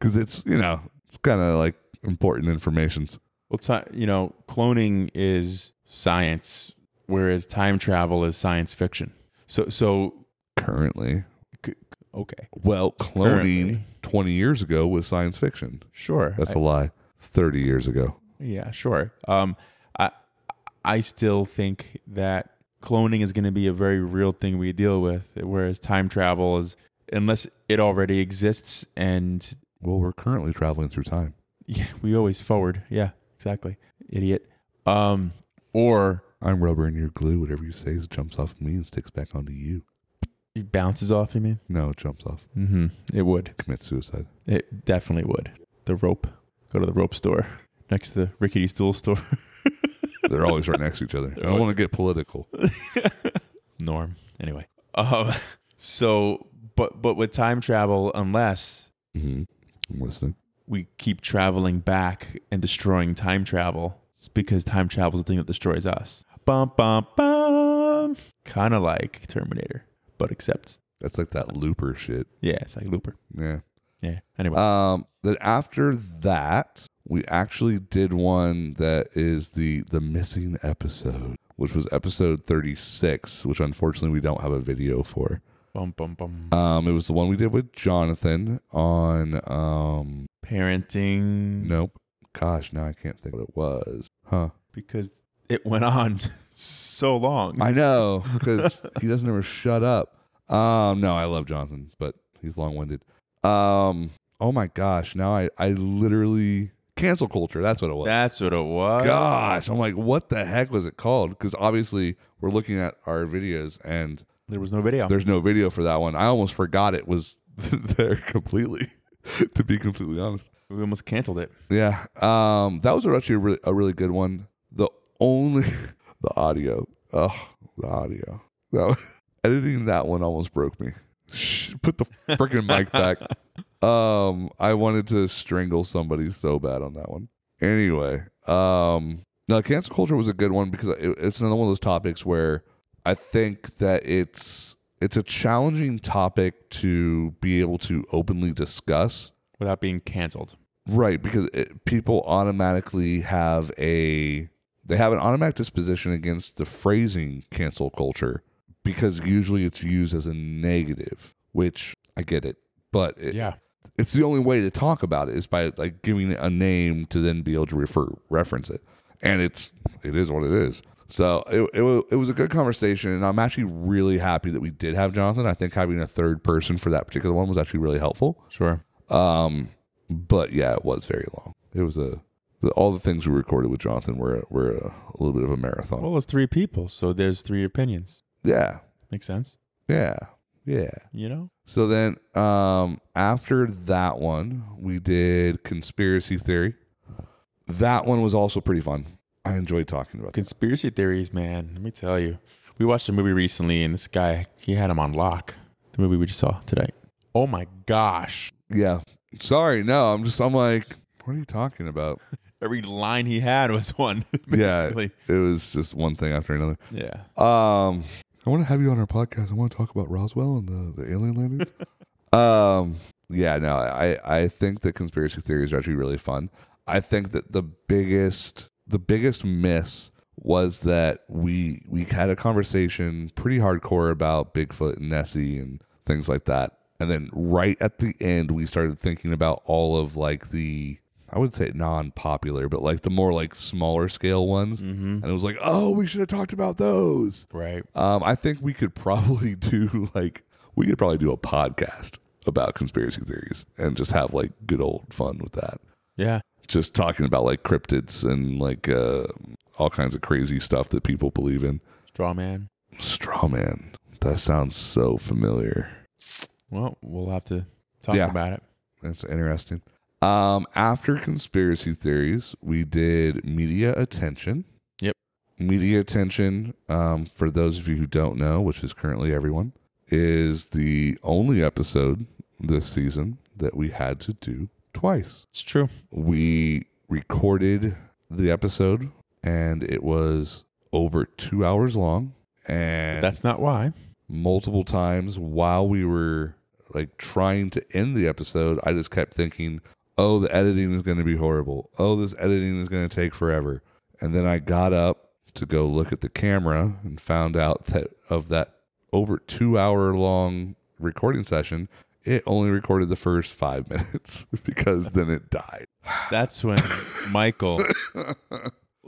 S1: cuz it's, you know, it's kind of like important informations.
S2: Well, ti you know, cloning is science, whereas time travel is science fiction. So, so
S1: currently.
S2: okay,
S1: Well, cloning
S2: Currently.
S1: 20 years ago was science fiction.
S2: sure.
S1: That's
S2: I-
S1: a lie. 30 years ago.
S2: Yeah, sure. Um, I I still think that cloning is going to be a very real thing we deal with, whereas time travel is unless it already exists and
S1: Well, we're currently traveling through time.
S2: yeah, we always forward. Yeah, exactly. Idiot. Um or
S1: I'm rubber and you're glue. Whatever you say is jumps off me and sticks back onto you.
S2: it bounces off, you mean?
S1: No, it jumps off.
S2: Mm-hmm. It would.
S1: Commit suicide.
S2: It definitely would. The rope. Go to the rope store. Next to the rickety stool store.
S1: They're always right next to each other. I don't want to get political.
S2: Norm. Anyway. Um so but but with time travel, unless
S1: hmm I'm listening.
S2: we keep traveling back and destroying time travel. It's because time travel is the thing that destroys us. Bum bum bum. Kind of like Terminator, but except
S1: That's like that looper shit.
S2: yeah, it's like Looper.
S1: Yeah.
S2: Yeah. Anyway,
S1: Um, then after that, we actually did one that is the the missing episode, which was episode thirty six, which unfortunately we don't have a video for.
S2: bum bum bum.
S1: Um, it was the one we did with Jonathan on um,
S2: Parenting
S1: nope, gosh, now I can't think what it was, huh?
S2: because it went on so long.
S1: I know because he doesn't ever shut up. Um, no, I love Jonathan, but he's long winded. Um, oh my gosh, now I I literally cancel culture. That's what it was.
S2: That's what it was.
S1: gosh, I'm like, what the heck was it called? Because obviously we're looking at our videos and
S2: There was no video.
S1: there's no video for that one. I almost forgot it was there completely. to be completely honest,
S2: we almost canceled it.
S1: yeah, um, that was actually a really, a really good one. The only the audio, oh, the audio. That was- editing that one almost broke me. Shh, Put the freaking mic back. Um, I wanted to strangle somebody so bad on that one. Anyway, um, no, cancel culture was a good one because it, it's another one of those topics where I think that it's it's a challenging topic to be able to openly discuss
S2: Without being canceled.
S1: Right, because it, people automatically have a they have an automatic disposition against the phrasing cancel culture because usually it's used as a negative, which I get it, but it,
S2: Yeah.
S1: it's the only way to talk about it is by like giving it a name to then be able to refer reference it, and it's it is what it is. So it it, wa- it was a good conversation, and I'm actually really happy that we did have Jonathan. I think having a third person for that particular one was actually really helpful.
S2: Sure.
S1: Um, but yeah, it was very long. It was a the, all the things we recorded with Jonathan were were a, a little bit of a marathon.
S2: Well, it's three people, so there's three opinions.
S1: yeah,
S2: Makes sense.
S1: yeah, yeah.
S2: You know?
S1: So then, um, after that one, we did conspiracy theory. That one was also pretty fun. I enjoyed talking about. that.
S2: Conspiracy theories, man. Let me tell you. We watched a movie recently, and this guy, he had him on lock. The movie we just saw today. Oh my gosh.
S1: Yeah. Sorry, no. I'm just. I'm like, what are you talking about?
S2: Every line he had was one.
S1: Yeah.
S2: basically.
S1: It was just one thing after another.
S2: Yeah.
S1: Um, I want to have you on our podcast. I want to talk about Roswell and the, the alien landings. um, yeah, no, I I think that conspiracy theories are actually really fun. I think that the biggest the biggest miss was that we we had a conversation pretty hardcore about Bigfoot and Nessie and things like that, and then right at the end we started thinking about all of like the I would say non popular, but like the more like smaller scale ones,
S2: Mm-hmm.
S1: and it was like, oh, we should have talked about those.
S2: Right.
S1: Um, I think we could probably do like we could probably do a podcast about conspiracy theories and just have like good old fun with that.
S2: Yeah.
S1: Just talking about like cryptids and like uh, all kinds of crazy stuff that people believe in.
S2: Straw man.
S1: Straw man. That sounds so familiar.
S2: Well, we'll have to talk
S1: Yeah.
S2: about it.
S1: That's interesting. Um, after conspiracy theories, we did media attention.
S2: Yep.
S1: Media attention, um, for those of you who don't know, which is currently everyone, is the only episode this season that we had to do twice.
S2: It's true.
S1: We recorded the episode and it was over two hours long. And
S2: That's not why.
S1: multiple times while we were like trying to end the episode, I just kept thinking, oh, the editing is going to be horrible. Oh, this editing is going to take forever. And then I got up to go look at the camera and found out that of that over two hour long recording session, it only recorded the first five minutes because then it died.
S2: That's when Michael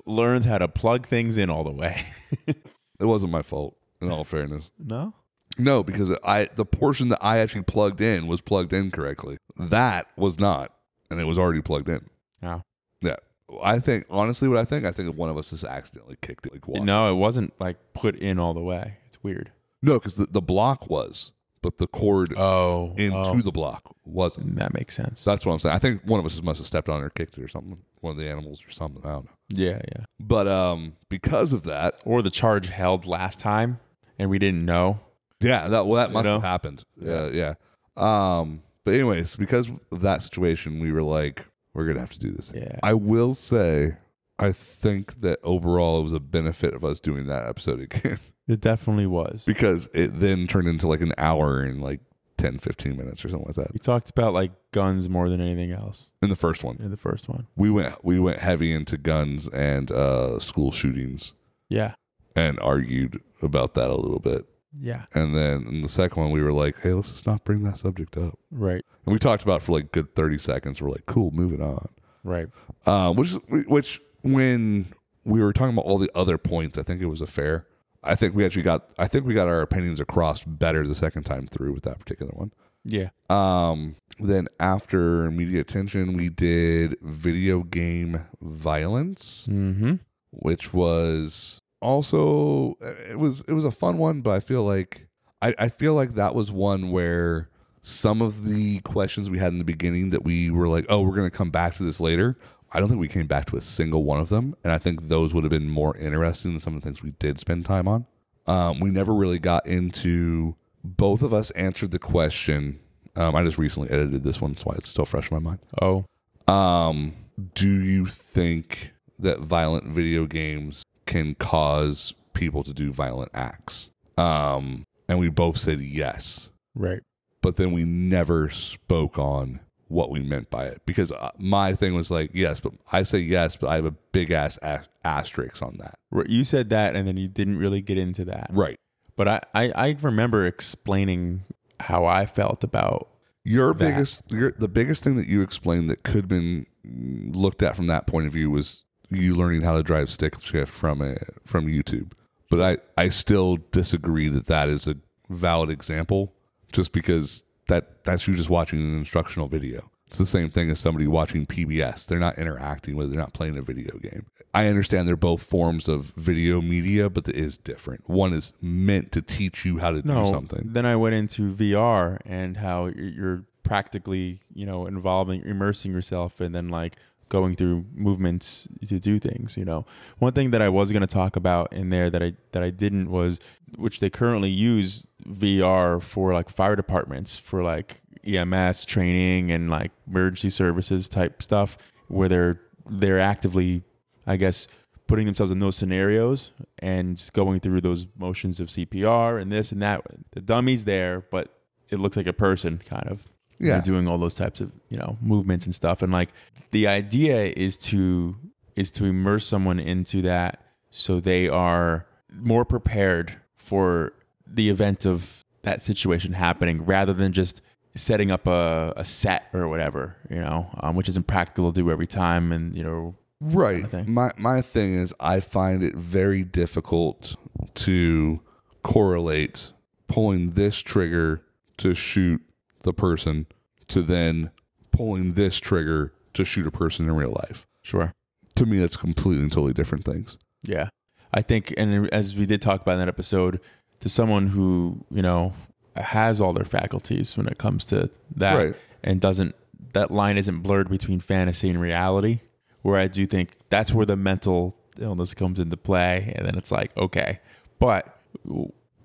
S2: learned how to plug things in all the way.
S1: It wasn't my fault, in all fairness.
S2: No?
S1: No, because I the portion that I actually plugged in was plugged in correctly. That was not, and it was already plugged in.
S2: Oh.
S1: Yeah. I think honestly, what I think, I think one of us just accidentally kicked it. Like, why?
S2: No, it wasn't like put in all the way. It's weird.
S1: no, because the, the block was, but the cord
S2: Oh,
S1: into the block wasn't.
S2: that makes sense.
S1: So that's what I'm saying. I think one of us just must have stepped on it or kicked it or something. One of the animals or something. I don't know.
S2: Yeah, yeah.
S1: But um, because of that,
S2: Or the charge held last time, and we didn't know.
S1: Yeah, that well, that must
S2: know?
S1: have happened. Yeah, yeah. Um, but anyways, because of that situation, we were like, we're gonna have to do this.
S2: Yeah.
S1: I will say, I think that overall it was a benefit of us doing that episode again
S2: It definitely was.
S1: because it then turned into like an hour and like 10, 15 minutes or something like that.
S2: We talked about like guns more than anything else
S1: In the first one,
S2: in the first one.
S1: we went we went heavy into guns and uh, school shootings
S2: Yeah,
S1: and argued about that a little bit.
S2: yeah,
S1: And then in the second one, we were like, hey, let's just not bring that subject up.
S2: right,
S1: And we talked about it for like good 30 seconds. We're like, cool, moving on.
S2: right.
S1: Uh, which, is- which, when we were talking about all the other points, I think it was a fair. I think we actually got, I think we got our opinions across better the second time through with that particular one.
S2: Yeah,
S1: Um, then after media attention, we did video game violence,
S2: mm-hmm.
S1: which was also eh, it was it was a fun one, but I feel like I, I feel like that was one where some of the questions we had in the beginning that we were like, oh, we're gonna come back to this later. I don't think we came back to a single one of them, and I think those would have been more interesting than some of the things we did spend time on. Um, we never really got into. Both of us answered the question. Um, I just recently edited this one, that's why it's still fresh in my mind.
S2: Oh,
S1: Um, do you think that violent video games can cause people to do violent acts? Um, and we both said yes,
S2: right.
S1: but then we never spoke on what we meant by it because uh, my thing was like yes, but I say yes, but I have a big ass a- asterisk on that.
S2: Right, You said that, and then you didn't really get into that.
S1: Right.
S2: But I, I, I remember explaining how I felt about.
S1: Your
S2: That.
S1: biggest, your, the biggest thing that you explained that could have been mm, looked at from that point of view was you learning how to drive stick shift from a, from YouTube. But I, I still disagree that that is a valid example, just because that that's you just watching an instructional video. It's the same thing as somebody watching PBS. They're not interacting with. it. They're not playing a video game. I understand they're both forms of video media, but it is different. One is meant to teach you how to
S2: No,
S1: do something.
S2: Then I went into VR and how you're- you're practically, you know, involving, immersing yourself, and then like going through movements to do things. You know, one thing that I was going to talk about in there that I that I didn't was which they currently use VR for like fire departments for like EMS training and like emergency services type stuff where they're they're actively, I guess, putting themselves in those scenarios and going through those motions of CPR and this and that. The dummy's there, but it looks like a person kind of. They're
S1: Yeah.
S2: doing all those types of, you know, movements and stuff. And like the idea is to is to immerse someone into that so they are more prepared for the event of that situation happening rather than just setting up a, a set or whatever, you know, um, which isn't practical to do every time and, you know,
S1: right
S2: thing.
S1: my my thing is i find it very difficult to correlate pulling this trigger to shoot the person to then pulling this trigger to shoot a person in real life
S2: sure.
S1: to me that's completely and totally different things
S2: Yeah. I think, and as we did talk about in that episode, to someone who, you know, has all their faculties when it comes to that
S1: Right.
S2: and doesn't, that line isn't blurred between fantasy and reality, where I do think that's where the mental illness comes into play. And then it's like, okay, but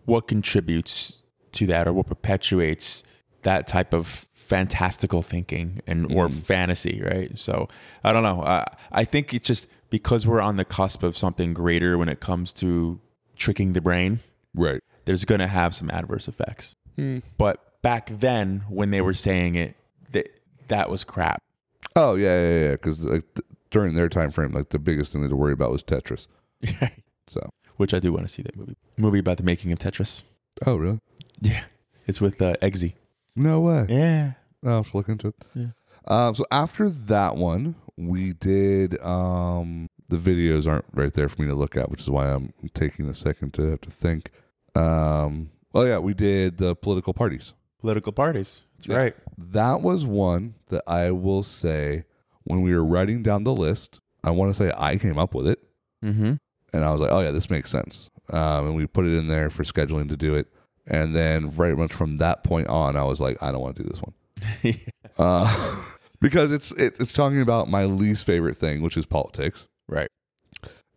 S2: what contributes to that or what perpetuates that type of fantastical thinking and or fantasy right so i don't know uh, i think it's just because we're on the cusp of something greater when it comes to tricking the brain
S1: right
S2: there's going to have some adverse effects but back then when they were saying it that that was crap
S1: oh yeah yeah yeah because like, th- during their time frame like the biggest thing they had to worry about was tetris so
S2: which i do want to see that movie movie about the making of tetris
S1: oh really
S2: yeah it's with uh, eggsy
S1: no way
S2: yeah
S1: I'll have to look into it.
S2: Yeah.
S1: Um, so after that one, we did. Um, the videos aren't right there for me to look at, which is why I'm taking a second to have to think. Um, Well, yeah, we did the political parties.
S2: Political parties. That's
S1: Yeah.
S2: right.
S1: That was one that I will say when we were writing down the list, I want to say I came up with it.
S2: Mm-hmm.
S1: And I was like, oh, yeah, this makes sense. Um, and we put it in there for scheduling to do it. And then, right much from that point on, I was like, I don't want to do this one. Uh, because it's it, it's talking about my least favorite thing, which is politics.
S2: Right.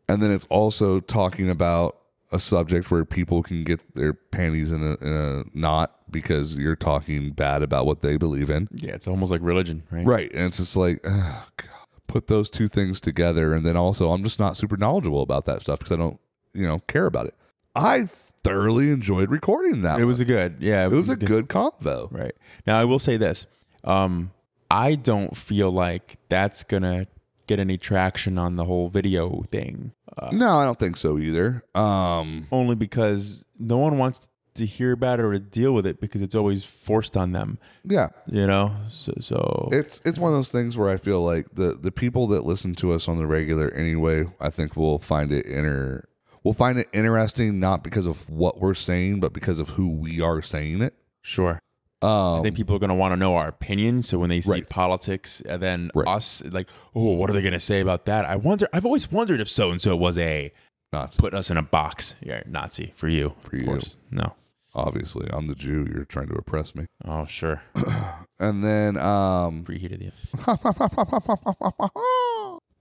S1: and then it's also talking about a subject where people can get their panties in a, in a knot because you're talking bad about what they believe in.
S2: Yeah, it's almost like religion, right?
S1: Right. And it's just like, ugh, God. put those two things together. And then also, I'm just not super knowledgeable about that stuff because I don't, you know, care about it. I thoroughly enjoyed recording that.
S2: It was a good. Yeah,
S1: it was a good convo.
S2: Right. Now I will say this. Um I don't feel like that's going to get any traction on the whole video thing. Uh,
S1: No, I don't think so either. Um,
S2: only because no one wants to hear about it or to deal with it because it's always forced on them,
S1: yeah,
S2: you know? So so
S1: it's it's one of those things where I feel like the the people that listen to us on the regular anyway, I think will find it inter will find it interesting not because of what we're saying, but because of who we are saying it.
S2: sure. I
S1: Um,
S2: think people are going to want to know our opinion. So when they see
S1: Right.
S2: politics and then
S1: Right.
S2: us, like, oh, what are they going to say about that? I wonder. I've always wondered if so and so was a
S1: not
S2: put us in a box. Yeah, Nazi for you. For
S1: you.
S2: No.
S1: obviously, I'm the Jew. You're trying to oppress me.
S2: Oh, sure.
S1: And then, um,
S2: Preheated you.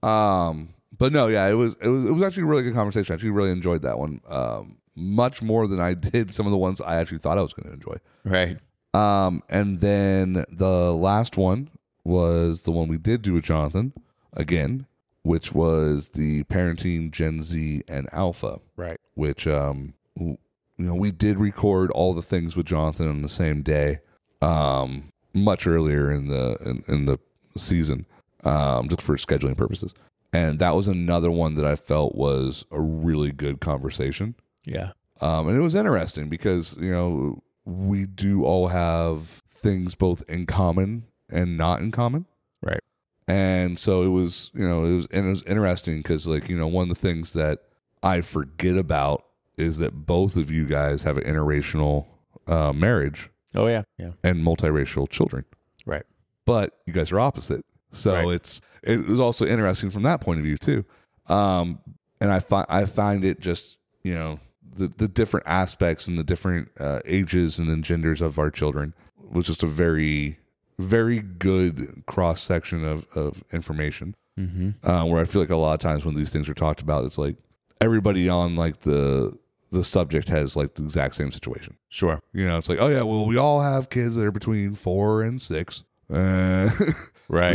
S1: um, but no, yeah, it was it was it was actually a really good conversation. I actually really enjoyed that one. Um, much more than I did some of the ones I actually thought I was going to enjoy.
S2: Right.
S1: Um, and then the last one was the one we did do with Jonathan again, which was the parenting Gen Z and Alpha,
S2: Right.
S1: which um, w- you know, we did record all the things with Jonathan on the same day, um, much earlier in the in, in the season, um, just for scheduling purposes. And that was another one that I felt was a really good conversation.
S2: Yeah.
S1: Um, and it was interesting because, you know, we do all have things both in common and not in common.
S2: Right.
S1: And so it was, you know, it was, and it was interesting because, like, you know, one of the things that I forget about is that both of you guys have an interracial uh, marriage
S2: Oh yeah. Yeah.
S1: and multiracial children.
S2: Right.
S1: But you guys are opposite. So
S2: Right.
S1: it's it was also interesting from that point of view too. Um and I find I find it just, you know, the the different aspects and the different uh, ages and then genders of our children was just a very very good cross section of of information.
S2: Mm-hmm.
S1: Uh, where I feel like a lot of times when these things are talked about it's like everybody on like the the subject has like the exact same situation.
S2: Sure.
S1: You know, it's like, oh yeah, well, we all have kids that are between four and six. Uh,
S2: Right.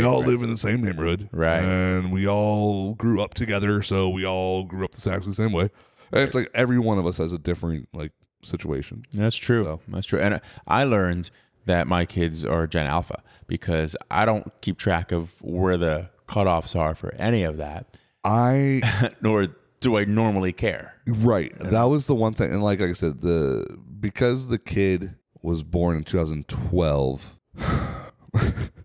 S1: we all
S2: right.
S1: live in the same neighborhood,
S2: Right.
S1: And we all grew up together, so we all grew up the exactly the same way. And it's like every one of us has a different like situation.
S2: That's true.
S1: So-
S2: That's true. And I learned that my kids are Gen Alpha because I don't keep track of where the cutoffs are for any of that,
S1: I
S2: nor do I normally care.
S1: right, that was the one thing, and like, I said, the because the kid was born in 2012,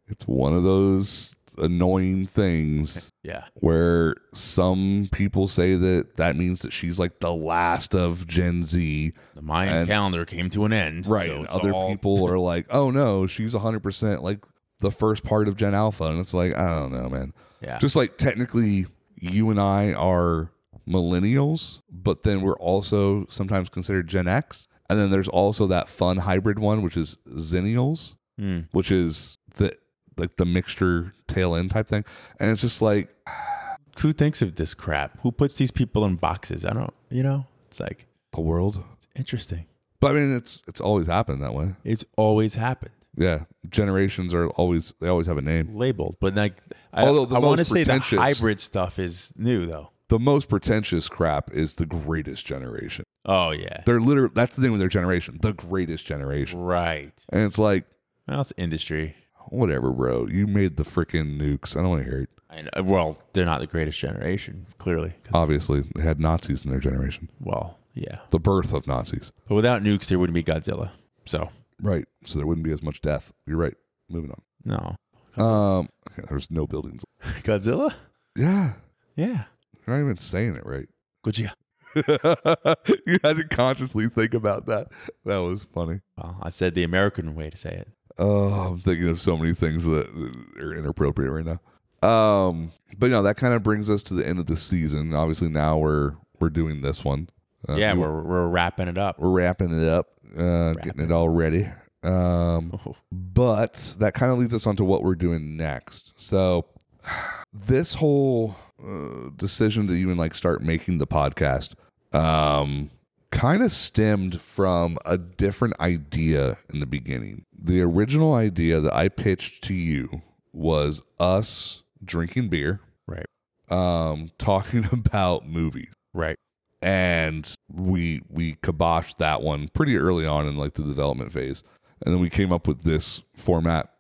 S1: it's one of those annoying things
S2: Yeah.
S1: where some people say that that means that she's like the last of Gen Z.
S2: The Mayan
S1: And-
S2: calendar came to an end. So
S1: and
S2: it's
S1: other
S2: all-
S1: people are like, oh no, she's 100% like the first part of Gen Alpha. And it's like, I don't know, man.
S2: Yeah.
S1: Just like technically, you and I are millennials, but then we're also sometimes considered Gen X. And then there's also that fun hybrid one, which is Zennials
S2: Hmm.
S1: which is the like the mixture tail end type thing. And it's just like,
S2: Who thinks of this crap? Who puts these people in boxes? I don't, you know, it's like,
S1: the world.
S2: it's interesting.
S1: But I mean, it's it's always happened that way.
S2: It's always happened.
S1: Yeah, generations are always they always have a name.
S2: Labeled, but like, I,
S1: Although the
S2: I want to
S1: most
S2: say the
S1: pretentious-
S2: hybrid stuff is new though.
S1: The most pretentious crap is the greatest generation.
S2: Oh yeah,
S1: They're literally that's the name of their generation, the greatest generation.
S2: right.
S1: And it's like,
S2: Well, it's industry.
S1: whatever, bro. You made the freaking nukes. I don't want to hear it.
S2: I know, well, they're not the greatest generation, clearly. 'Cause-
S1: Obviously, they had Nazis in their generation.
S2: Well, yeah,
S1: The birth of Nazis.
S2: but without nukes, there wouldn't be Godzilla. So
S1: Right. So there wouldn't be as much death. You're right. Moving on.
S2: no,
S1: Um, okay, there's no buildings.
S2: Godzilla.
S1: Yeah.
S2: Yeah,
S1: You're not even saying it right.
S2: Godzilla.
S1: you had to consciously think about that. That was funny.
S2: Well, I said the American way to say it.
S1: Oh, I'm thinking of so many things that are inappropriate right now. Um, but no, that kind of brings us to the end of the season. Obviously, now we're we're doing this one. Uh,
S2: yeah,
S1: we-
S2: we're, we're wrapping it up.
S1: we're wrapping it up, uh, getting it all ready. Um,
S2: Oh.
S1: but that kind of leads us on to what we're doing next. So this whole uh, decision to even like start making the podcast um, kind of stemmed from a different idea in the beginning. The original idea that I pitched to you was us drinking beer,
S2: Right.
S1: Um, talking about movies
S2: Right.
S1: and we we kiboshed that one pretty early on in like the development phase and then we came up with this format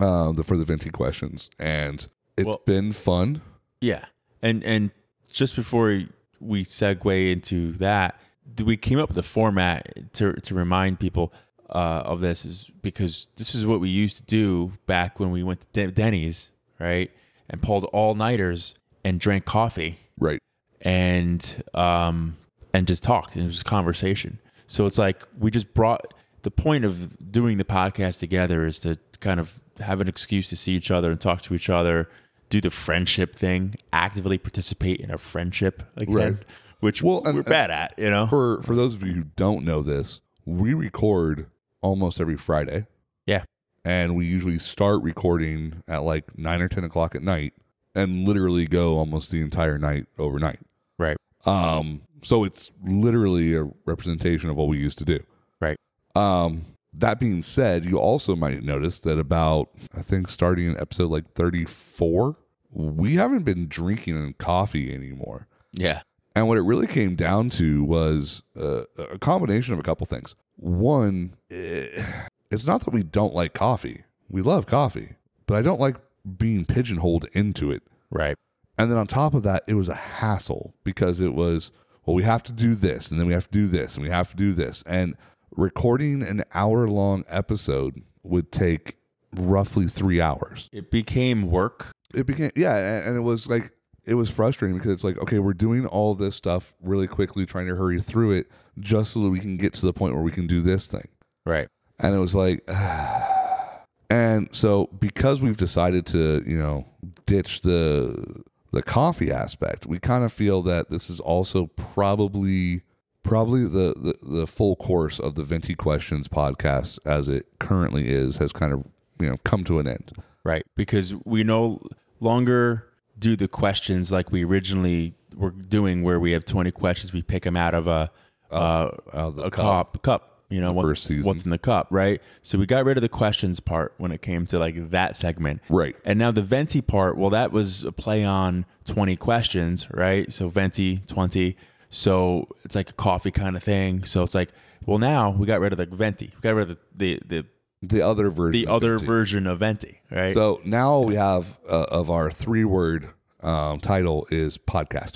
S1: uh, the for the venti questions and it's
S2: Well-
S1: been fun
S2: Yeah. And and just before we segue into that, th- we came up with a format to to remind people uh, of this is because this is what we used to do back when we went to Den- Denny's, right? And pulled all nighters and drank coffee
S1: right
S2: and um and just talked and it was conversation so it's like we just brought the point of doing the podcast together is to kind of have an excuse to see each other and talk to each other do the friendship thing actively participate in a friendship again
S1: Right.
S2: which
S1: Well,
S2: we're
S1: and-
S2: bad at you know
S1: for for those of you who don't know this we record almost every friday
S2: yeah
S1: and we usually start recording at like 9 or 10 o'clock at night and literally go almost the entire night overnight
S2: right
S1: Um, so it's literally a representation of what we used to do.
S2: Right.
S1: Um, that being said, you also might notice that about I think starting in episode like 34, we haven't been drinking and coffee anymore.
S2: yeah
S1: And what it really came down to was uh, a combination of a couple things. One, eh, it's not that we don't like coffee. We love coffee, but I don't like being pigeonholed into it.
S2: right
S1: And then on top of that, it was a hassle because it was, well, we have to do this, and then we have to do this, and we have to do this. And recording an hour long episode would take roughly three hours.
S2: it became work
S1: It became, yeah. a- And it was like, it was frustrating because it's like, okay, we're doing all this stuff really quickly, trying to hurry through it just so that we can get to the point where we can do this thing
S2: right
S1: and it was like and so because we've decided to you know ditch the the coffee aspect we kind of feel that this is also probably probably the, the the full course of the venti questions podcast as it currently is has kind of you know come to an end
S2: Right, because we no longer do the questions like we originally were doing, where we have twenty questions. We pick them out of a uh,
S1: out of the
S2: a cup, cup. You know, what-
S1: first season.
S2: what's in the cup, right? So we got rid of the questions part when it came to like that segment,
S1: Right.
S2: And now the venti part. Well, that was a play on twenty questions, right? So venti twenty. So it's like a coffee kind of thing. So it's like, well, now we got rid of the venti. We got rid of the the
S1: the other version
S2: the, the
S1: of
S2: other
S1: venti.
S2: version of venti, right?
S1: so now we have uh, of our three word um, title is podcast.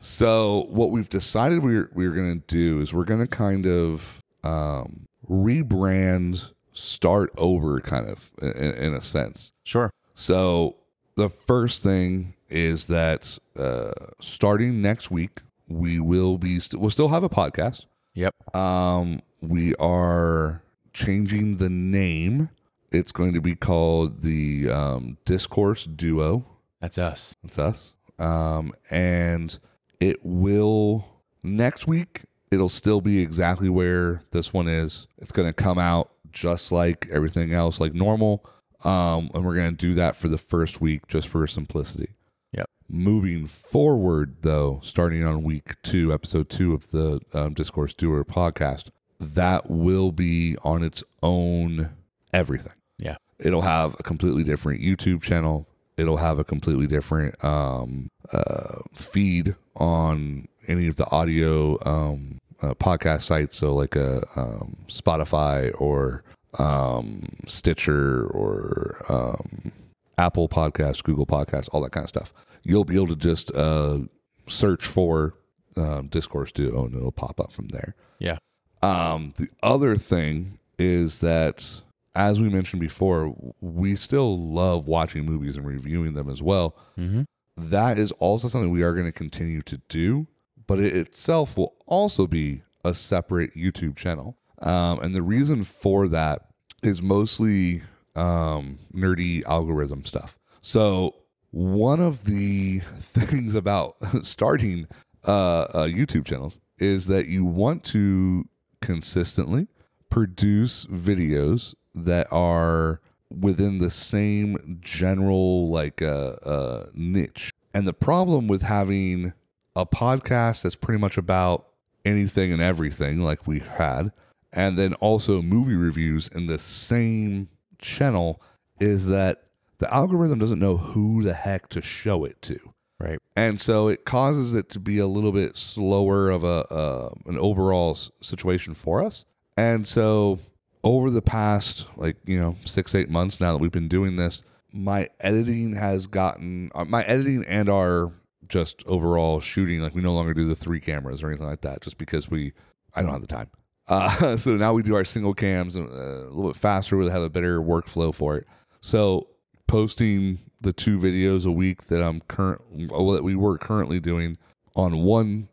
S1: So what we've decided we're we're gonna do is we're gonna kind of um, rebrand, start over, kind of in, in a sense.
S2: sure.
S1: So the first thing is that uh, starting next week we will be st- we'll still have a podcast.
S2: Yep.
S1: Um, we are changing the name. It's going to be called the um, Discourse Duo.
S2: That's us.
S1: That's us. Um, and it will next week. It'll still be exactly where this one is. It's going to come out just like everything else, like normal. Um, and we're going to do that for the first week, just for simplicity.
S2: Yep.
S1: Moving forward, though, starting on week two, episode two of the um, Discourse Doer podcast, that will be on its own everything
S2: Yeah.
S1: it'll have a completely different YouTube channel. It'll have a completely different um, uh, feed on any of the audio um, uh, podcast sites, so like a um, Spotify or um, Stitcher or um, Apple Podcasts, Google Podcasts, all that kind of stuff. You'll be able to just uh, search for um, Discourse Duo, and it'll pop up from there.
S2: Yeah.
S1: Um, the other thing is that, as we mentioned before, we still love watching movies and reviewing them as well.
S2: Mm-hmm.
S1: That is also something we are going to continue to do, but it itself will also be a separate YouTube channel. Um, and the reason for that is mostly um, nerdy algorithm stuff. So, one of the things about starting uh, uh, YouTube channels is that you want to consistently produce videos that are within the same general like uh, uh, niche. And the problem with having a podcast that's pretty much about anything and everything, like we had, and then also movie reviews in the same channel, is that the algorithm doesn't know who the heck to show it to
S2: Right.
S1: and so it causes it to be a little bit slower of a uh, an overall s- situation for us. And so over the past like you know six eight months now that we've been doing this, my editing has gotten uh, my editing and our just overall shooting like we no longer do the three cameras or anything like that just because we I don't have the time. Uh, so now we do our single cams uh, a little bit faster. We have a better workflow for it. So posting the two videos a week that I'm current well, that we were currently doing on one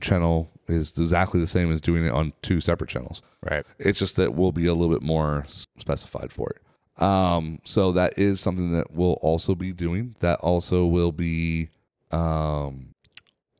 S1: channel is exactly the same as doing it on two separate channels.
S2: Right.
S1: It's just that we'll be a little bit more s- specified for it. Um, so that is something that we'll also be doing. That also will be, um,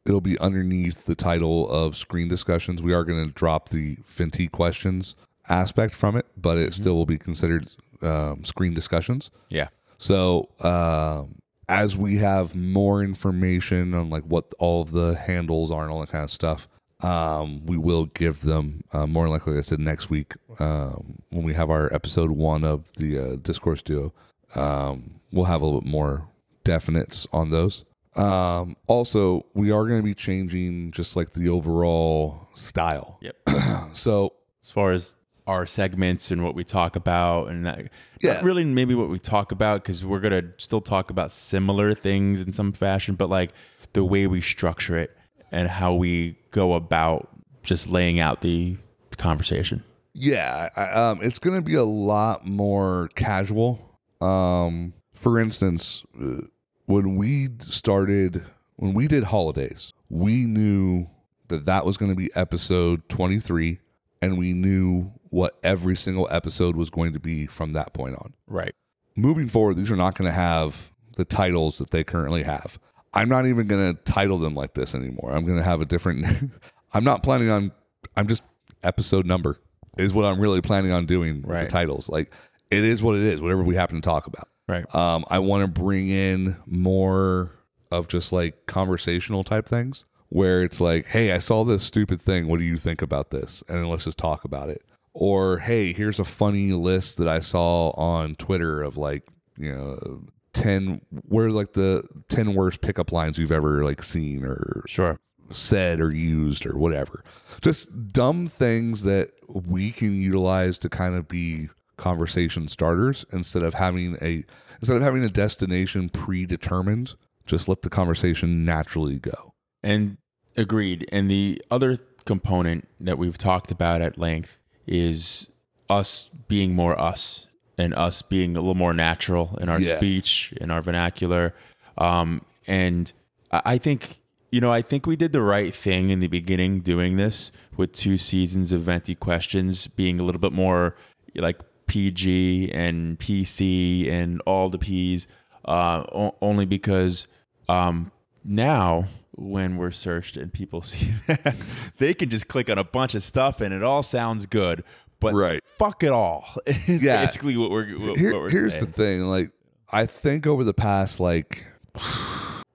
S1: it'll be underneath the title of screen discussions. We are going to drop the Fenty questions aspect from it, but it still will be considered um, screen discussions.
S2: Yeah.
S1: So um, as we have more information on like what all of the handles are and all that kind of stuff, um, we will give them uh, more than likely. Like I said next week um, when we have our episode one of the uh, discourse duo, um, we'll have a little bit more definites on those. Um, also, we are going to be changing just like the overall style.
S2: Yep.
S1: So
S2: as far as our segments and what we talk about and that,
S1: Yeah.
S2: not really maybe what we talk about because we're gonna still talk about similar things in some fashion but like the way we structure it and how we go about just laying out the conversation
S1: Yeah, I, um, it's going to be a lot more casual. Um, for instance, uh, when we started, when we did holidays, we knew that that was going to be episode 23, and we knew what every single episode was going to be from that point on
S2: right
S1: moving forward, these are not going to have the titles that they currently have. I'm not even going to title them like this anymore. I'm going to have a different. I'm not planning on. I'm just episode number is what I'm really planning on doing. with
S2: Right.
S1: The titles like it is what it is. Whatever we happen to talk about.
S2: right
S1: Um, I want to bring in more of just like conversational type things where it's like, hey, I saw this stupid thing. What do you think about this? And then let's just talk about it. Or, hey, here's a funny list that I saw on Twitter of like, you know, 10 where like the 10 worst pickup lines you've ever like seen or
S2: sure
S1: said or used or whatever. Just dumb things that we can utilize to kind of be conversation starters instead of having a instead of having a destination predetermined, just let the conversation naturally go.
S2: And agreed. And the other component that we've talked about at length is us being more us and us being a little more natural in our
S1: Yeah.
S2: speech, in our vernacular. Um, and I I think, you know, I think we did the right thing in the beginning doing this with two seasons of Venti questions being a little bit more like PG and PC and all the P's, uh, o- only because um, now when we're searched and people see that, they can just click on a bunch of stuff and it all sounds good. But
S1: Right.
S2: fuck it all is
S1: Yeah.
S2: basically what we're, what,
S1: Here-
S2: what we're
S1: here's
S2: saying.
S1: the thing, like I think over the past like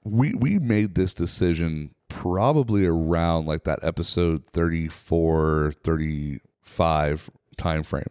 S1: we we made this decision probably around like that episode 34 35 time frame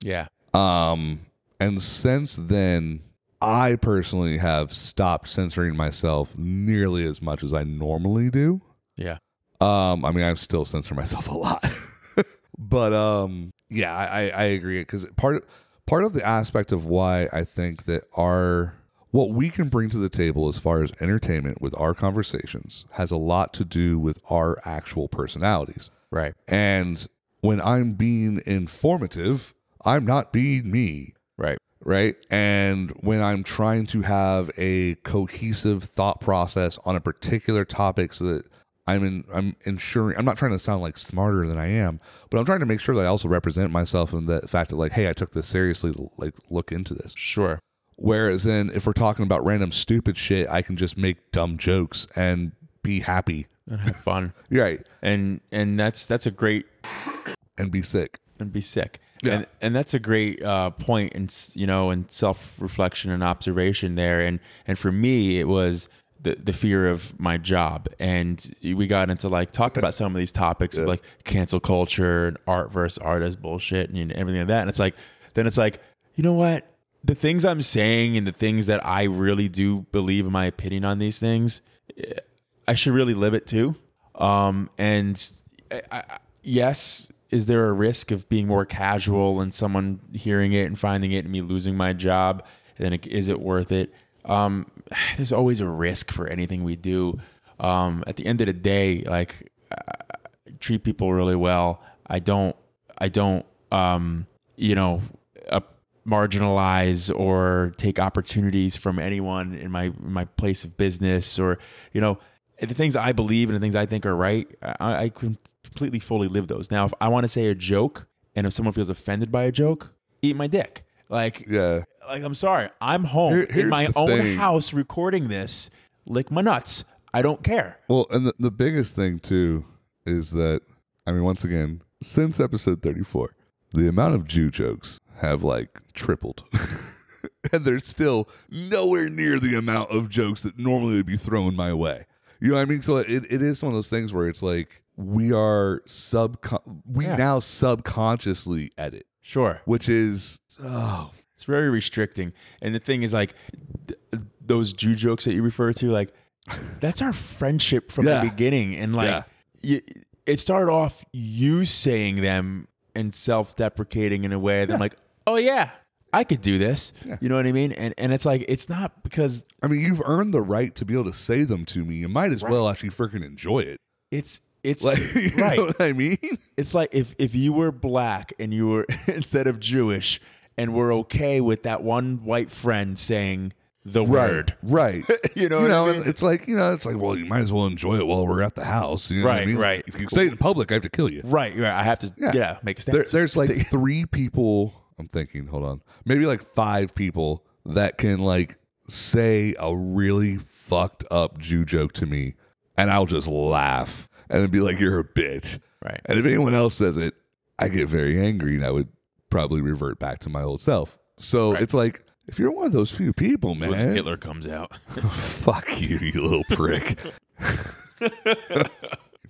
S2: yeah.
S1: Um, and since then, I personally have stopped censoring myself nearly as much as I normally do.
S2: Yeah.
S1: Um, I mean, I still censor myself a lot, but um, yeah, I, I, I agree because part of part of the aspect of why I think that our what we can bring to the table as far as entertainment with our conversations has a lot to do with our actual personalities.
S2: Right.
S1: And when I'm being informative, I'm not being me,
S2: Right.
S1: right? And when I'm trying to have a cohesive thought process on a particular topic so that I'm in, I'm ensuring. I'm not trying to sound like smarter than I am, but I'm trying to make sure that I also represent myself in the fact that like, hey, I took this seriously. to, Like, look into this.
S2: Sure.
S1: Whereas then, if we're talking about random stupid shit, I can just make dumb jokes and be happy,
S2: And have fun.
S1: right?
S2: and and that's that's a great
S1: And be sick.
S2: and be sick.
S1: Yeah.
S2: And and that's a great uh, point in s- you know in self reflection and observation there. And and for me, it was the the fear of my job. And we got into like talked about some of these topics of like cancel culture and art versus artist bullshit and everything like that. And it's like then it's like you know what the things I'm saying and the things that I really do believe in my opinion on these things. I should really live it too. Um, and I, I, yes, is there a risk of being more casual and someone hearing it and finding it and me losing my job? And then it, is it worth it? Um, there's always a risk for anything we do. Um, at the end of the day, like I treat people really well. I don't, I don't, um, you know, uh, marginalize or take opportunities from anyone in my my place of business or you know the things I believe and the things I think are right. I, I can completely fully live those. Now, if I want to say a joke and if someone feels offended by a joke, eat my dick. Like,
S1: Yeah.
S2: like I'm sorry, I'm home
S1: Here- here's
S2: in my
S1: the
S2: own
S1: thing.
S2: house recording this. Lick my nuts. I don't care.
S1: Well, and the, the biggest thing too is that I mean, once again, since episode thirty-four, the amount of Jew jokes have like tripled, and there's still nowhere near the amount of jokes that normally would be thrown my way. You know what I mean? So it, it is one of those things where it's like we are sub we
S2: Yeah.
S1: now subconsciously edit,
S2: Sure.
S1: which is oh
S2: It's very restricting. And the thing is, like, th- those Jew jokes that you refer to, like, that's our friendship from
S1: Yeah.
S2: the beginning. And, like, y- it started off you saying them and self deprecating in a way that I'm like, oh, yeah, I could do this. You know what I mean? And, and it's like, it's not because
S1: I mean, you've earned the right to be able to say them to me. You might as well actually freaking enjoy it.
S2: it's, it's
S1: Like, you
S2: right.
S1: know what I mean?
S2: It's like if if you were black and you were instead of Jewish and were okay with that one white friend saying the word.
S1: Right.
S2: You know
S1: you
S2: what I
S1: know,
S2: mean?
S1: it's like, you know, it's like, well, you might as well enjoy it while we're at the house. You know what I
S2: Right,
S1: mean?
S2: right.
S1: If you say it in public, I have to kill you.
S2: Right, right. I have to yeah, make a
S1: There,
S2: stance.
S1: there's like three people, I'm thinking, hold on, maybe like five people that can like say a really fucked up Jew joke to me, and I'll just laugh and it'd be like, you're a bitch.
S2: Right.
S1: And if anyone else says it, I get very angry and I would probably revert back to my old self. So it's like, if you're one of those few people, man,
S2: Hitler comes out.
S1: Fuck you, you little prick.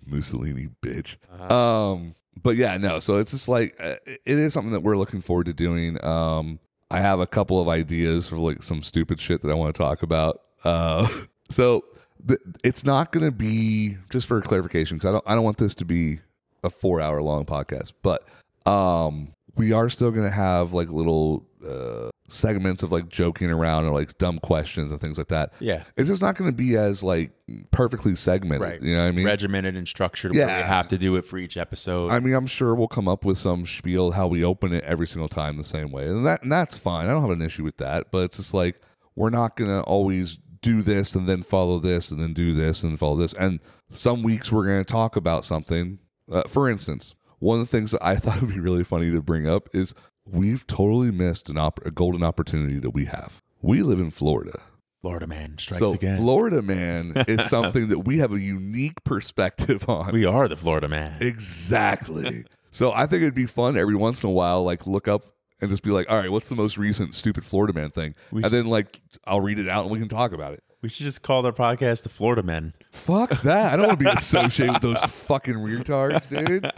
S1: Mussolini bitch.
S2: Uh-huh.
S1: Um, but yeah, no. So it's just like uh, it is something that we're looking forward to doing. Um, I have a couple of ideas for like some stupid shit that I want to talk about. Uh, so th- it's not going to be just for clarification because I don't I don't want this to be a four hour long podcast, but um, we are still going to have like little uh, segments of like joking around or like dumb questions and things like that.
S2: yeah.
S1: It's just not going to be as like perfectly segmented.
S2: Right.
S1: You know what I mean?
S2: Regimented and structured where
S1: Yeah.
S2: we have to do it for each episode.
S1: I mean, I'm sure we'll come up with some spiel how we open it every single time the same way, and that and that's fine. I don't have an issue with that, but it's just like we're not gonna always do this and then follow this and then do this and follow this. And some weeks we're gonna talk about something. Uh, for instance, one of the things that I thought would be really funny to bring up is we've totally missed an op- a golden opportunity that we have. We live in Florida.
S2: Florida man strikes
S1: So
S2: again.
S1: Florida man is something that we have a unique perspective on.
S2: we are the Florida man.
S1: Exactly. so I think it'd be fun every once in a while, like look up and just be like, all right, what's the most recent stupid Florida man thing?
S2: We
S1: and then like I'll read it out and we can talk about it.
S2: We should just call their podcast the Florida men.
S1: Fuck that. I don't want to be associated with those fucking retards, dude.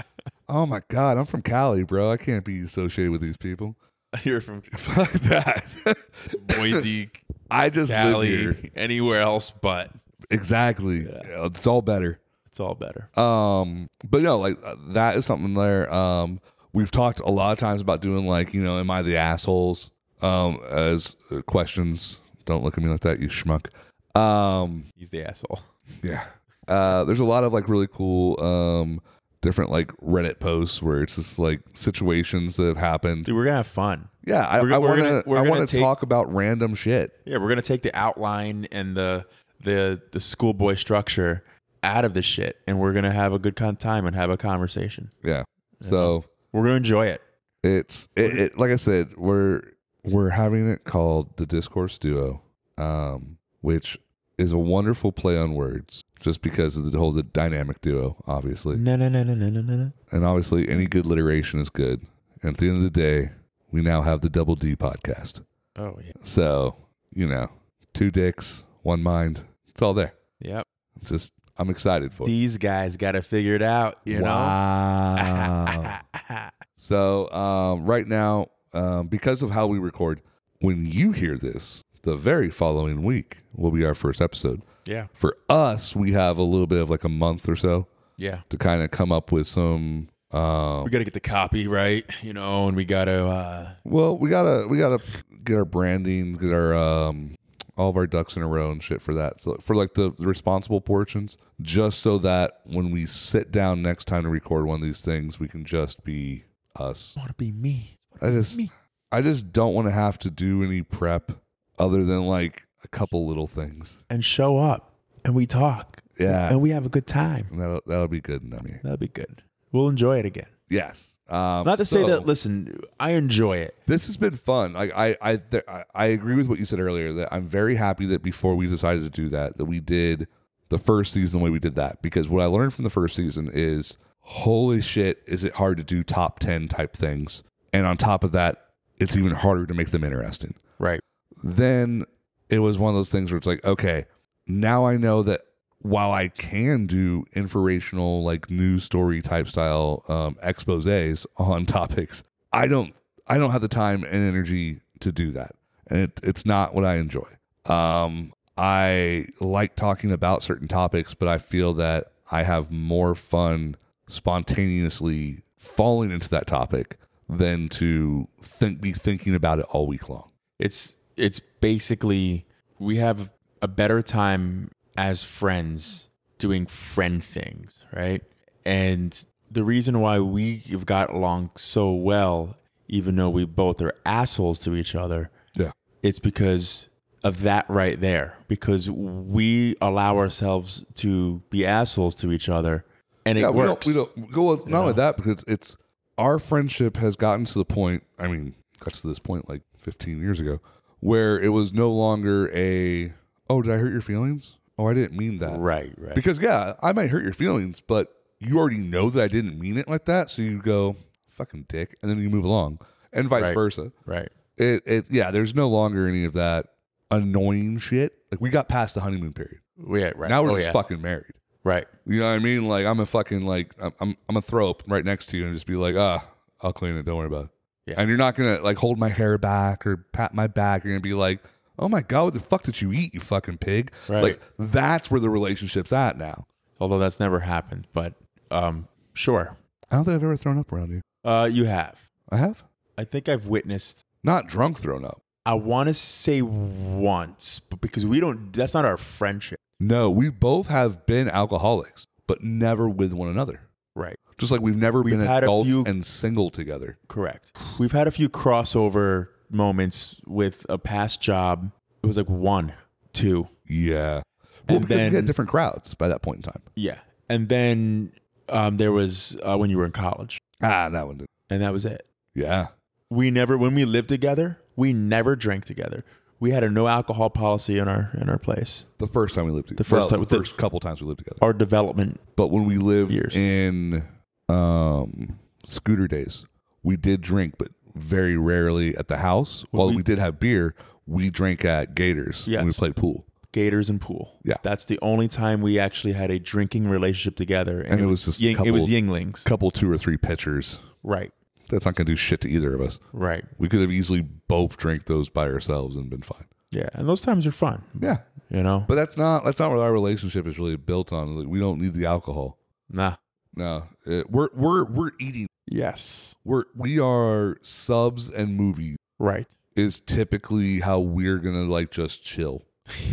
S1: Oh my god, I'm from Cali, bro. I can't be associated with these people.
S2: You're from
S1: Fuck that.
S2: Boise,
S1: I just live here.
S2: Cali, anywhere else but
S1: Exactly. Yeah, It's all better.
S2: it's all better.
S1: Um, but no, like uh, that is something there. Um, we've talked a lot of times about doing like you know, am I the assholes? Um, as uh, questions. Don't look at me like that, you schmuck. Um,
S2: He's the asshole.
S1: yeah. Uh, there's a lot of like really cool um different like Reddit posts where it's just like situations that have happened.
S2: Dude, we're gonna have fun.
S1: Yeah, I,
S2: We're-
S1: I
S2: we're
S1: want
S2: gonna-
S1: to
S2: we're
S1: I
S2: gonna
S1: want to
S2: take-
S1: talk about random shit.
S2: Yeah, we're gonna take the outline and the the the schoolboy structure out of this shit and we're gonna have a good con- time and have a conversation.
S1: Yeah. So
S2: We're gonna enjoy it.
S1: it's it, it like I said, we're we're having it called the Discourse Duo, um, which is a wonderful play on words, just because of the whole the dynamic duo, obviously,
S2: No, no, no, no, no, no, no, no.
S1: and obviously any good literation is good. And at the end of the day, we now have the Double D podcast.
S2: Oh yeah.
S1: So you know, two dicks, one mind. It's all there.
S2: Yep.
S1: Just I'm excited for it.
S2: These guys gotta figure it out. You
S1: wow.
S2: know.
S1: So um, right now, um, because of how we record, when you hear this, the very following week will be our first episode.
S2: yeah.
S1: For us, we have a little bit of like a month or so
S2: Yeah.
S1: to kind of come up with some. Um,
S2: We gotta get the copy right, you know, and we gotta. uh
S1: well, we gotta we gotta get our branding, get our um, all of our ducks in a row and shit for that. So for like the, the responsible portions, just so that when we sit down next time to record one of these things, we can just be us.
S2: Want to be me?
S1: I just
S2: Me.
S1: I just don't want to have to do any prep other than like a couple little things.
S2: And show up, and we talk,
S1: Yeah.
S2: and we have a good time.
S1: And that'll that'll be good, Nummy.
S2: That'd be good. We'll enjoy it again.
S1: Yes. Um,
S2: Not to say
S1: so,
S2: that. Listen, I enjoy it.
S1: this has been fun. Like I I th- I- I agree with what you said earlier that I'm very happy that before we decided to do that that we did the first season the way we did that because what I learned from the first season is holy shit is it hard to do top 10 type things and on top of that it's even harder to make them interesting.
S2: Right.
S1: then it was one of those things where it's like, okay, now I know that while I can do informational, like news story type style um, exposes on topics, I don't, I don't have the time and energy to do that, and it, it's not what I enjoy. Um, I like talking about certain topics, but I feel that I have more fun spontaneously falling into that topic than to think be thinking about it all week long.
S2: It's it's basically we have a better time as friends doing friend things, right? And the reason why we've got along so well, even though we both are assholes to each other,
S1: Yeah.
S2: it's because of that right there. Because we allow ourselves to be assholes to each other, and it
S1: yeah,
S2: works.
S1: We don't, we don't go with, not with that because it's our friendship has gotten to the point. I mean, got to this point like 15 years ago, where it was no longer a oh, did I hurt your feelings? Oh, I didn't mean that.
S2: Right, right.
S1: Because yeah, I might hurt your feelings, but you already know that I didn't mean it like that, so you go fucking dick, and then you move along, and vice
S2: Right.
S1: versa.
S2: right.
S1: It, it yeah, there's no longer any of that annoying shit. Like we got past the honeymoon period.
S2: Yeah, right.
S1: Now we're
S2: Oh,
S1: just
S2: yeah.
S1: fucking married.
S2: Right.
S1: You know what I mean? Like I'm a fucking like I'm I'm gonna throw up right next to you and just be like, ah, I'll clean it. Don't worry about it.
S2: Yeah.
S1: And you're not gonna like hold my hair back or pat my back. You're gonna be like, oh my god, what the fuck did you eat, you fucking pig?
S2: Right.
S1: Like that's where the relationship's at now.
S2: Although that's never happened, but um, sure.
S1: I don't think I've ever thrown up around you.
S2: Uh, you have.
S1: I have
S2: I think I've witnessed.
S1: not drunk thrown up.
S2: I want to say once, but because we don't, that's not our friendship,
S1: No, we both have been alcoholics, but never with one another.
S2: right?
S1: Just like we've never
S2: We've
S1: been
S2: had a
S1: adults
S2: few-
S1: and single together.
S2: Correct. We've had a few crossover moments with a past job. It was like one, two,
S1: Yeah. Well,
S2: And
S1: because
S2: then-
S1: we had different crowds by that point in time.
S2: yeah, and then um, there was uh, when you were in college,
S1: Ah, that one did.
S2: and that was it.
S1: Yeah.
S2: We never, when we lived together, we never drank together. We had a no alcohol policy in our in our place.
S1: The first time we lived together.
S2: The
S1: Well,
S2: first time-
S1: the first couple times we lived together.
S2: Our development,
S1: But when we lived
S2: Years.
S1: in um, scooter days, we did drink, but very rarely at the house. While we, did have beer, we drank at Gators when we
S2: Yes.
S1: played pool,
S2: Gators and pool.
S1: Yeah.
S2: that's the only time we actually had a drinking relationship together, and,
S1: it was just a
S2: Ying- it was
S1: couple-
S2: Yinglings.
S1: couple two or three pitchers.
S2: Right,
S1: That's not going to do shit to either of us.
S2: right,
S1: We could have easily both drank those by ourselves and been fine.
S2: yeah. And those times are fun.
S1: Yeah,
S2: you know.
S1: but that's not that's not what our relationship is really built on. Like, we don't need the alcohol.
S2: nah.
S1: No, it, we're we're we're eating.
S2: Yes.
S1: We're we are subs and movies.
S2: Right.
S1: is typically how we're gonna like just chill.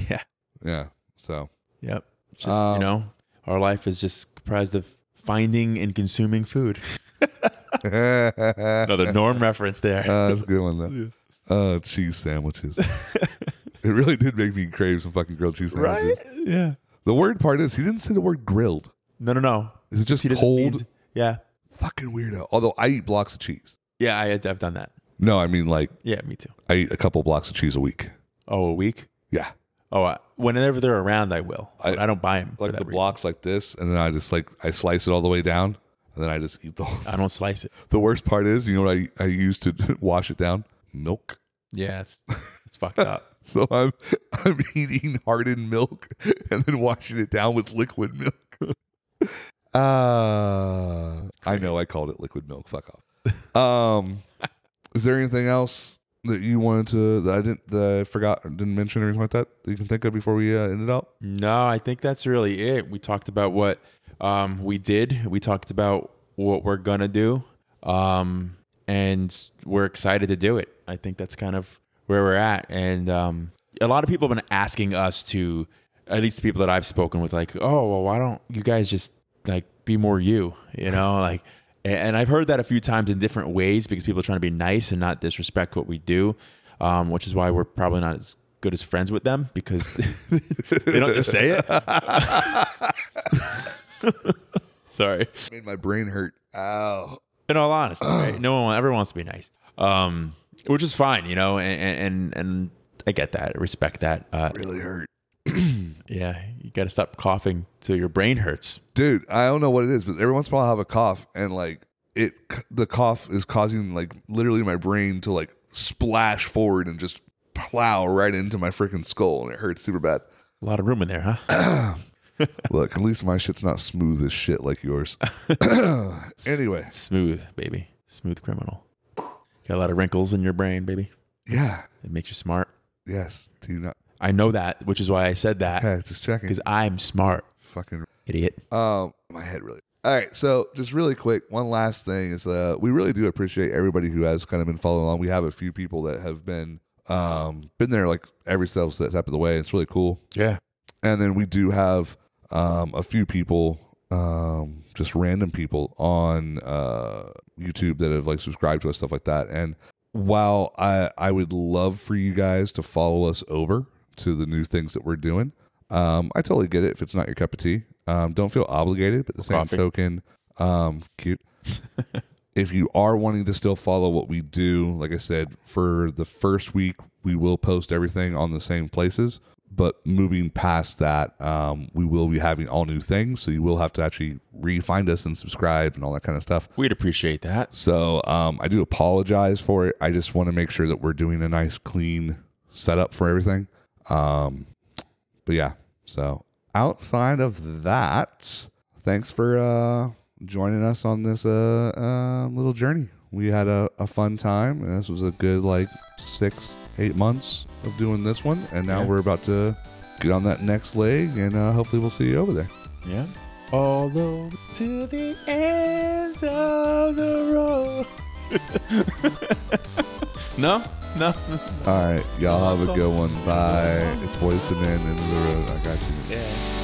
S2: Yeah.
S1: Yeah. So
S2: Yep. Just
S1: Um,
S2: you know, our life is just comprised of finding and consuming food.
S1: uh,
S2: Another Norm reference there.
S1: that's a good one though. Uh, cheese sandwiches. it really did make me crave some fucking grilled cheese sandwiches.
S2: Yeah.
S1: The weird part is he didn't say the word grilled.
S2: No, no, no.
S1: Is it just
S2: He doesn't
S1: cold?
S2: mean- yeah,
S1: Fucking weirdo. Although I eat blocks of cheese.
S2: yeah. I, I've done that.
S1: No, I mean like
S2: Yeah, me too.
S1: I eat a couple blocks of cheese a week.
S2: Oh, a week.
S1: Yeah,
S2: Oh, I, whenever they're around, I will.
S1: I-
S2: But I, don't buy them.
S1: like the blocks like this, and then I just like I slice it all the way down, and then I just eat the. Whole.
S2: I don't slice it.
S1: The worst part is, you know what I I use to wash it down? Milk.
S2: Yeah, it's it's fucked up.
S1: So I'm I'm eating hardened milk and then washing it down with liquid milk. Uh I know I called it liquid milk. Fuck off. Um is there anything else that you wanted to that I didn't that I forgot or didn't mention or anything like that that you can think of before we uh, end it up?
S2: No, I think that's really it. We talked about what um, we did. We talked about what we're gonna do, um, and we're excited to do it. I think that's kind of where we're at. And um, a lot of people have been asking us to, at least the people that I've spoken with, like, oh, well, why don't you guys just like be more you? You know, like. And- And I've heard that a few times in different ways because people are trying to be nice and not disrespect what we do, um, which is why we're probably not as good as friends with them because they don't just say it. Sorry.
S1: Made my brain hurt. Ow.
S2: In all honesty, right? no one ever wants to be nice, um, which is fine, you know, and and and I get that, I respect that. Uh,
S1: Really hurt.
S2: yeah, you got to stop coughing till your brain hurts.
S1: dude i don't know what it is but every once in a while i have a cough and like it the cough is causing like literally my brain to like splash forward and just plow right into my freaking skull and it hurts super bad
S2: A lot of room in there, huh?
S1: look at least my shit's not smooth as shit like yours anyway
S2: Smooth, baby, smooth criminal. Got a lot of wrinkles in your brain, baby.
S1: yeah
S2: It makes you smart.
S1: yes do you not
S2: I know that, which is why I said that
S1: okay just checking
S2: because I'm smart,
S1: fucking
S2: idiot.
S1: Um, my head really. All right, so just really quick, one last thing is uh, we really do appreciate everybody who has kind of been following along. We have a few people that have been um been there like every step step of the way. It's really cool,
S2: Yeah,
S1: and then we do have um a few people, um just random people on uh YouTube that have like subscribed to us stuff like that. And while I I would love for you guys to follow us over to the new things that we're doing, um, I totally get it if it's not your cup of tea. Um, don't feel obligated, but at the same
S2: Coffee.
S1: token, um, cute. if you are wanting to still follow what we do, like I said, for the first week, we will post everything on the same places. But moving past that, um, we will be having all new things. So you will have to actually re find us and subscribe and all that kind of stuff.
S2: we'd appreciate that.
S1: So um, I do apologize for it. I just want to make sure that we're doing a nice, clean setup for everything. Um, but yeah, so outside of that, thanks for uh, joining us on this uh, uh, little journey. We had a, a fun time, and this was a good like six, eight months of doing this one, and now
S2: Yeah.
S1: we're about to get on that next leg, and uh, hopefully we'll see you over there.
S2: Yeah. All the way to the end of the road. no, no.
S1: All right, y'all have a good one. Bye. It's boys to men into the road. I got you.
S2: Yeah.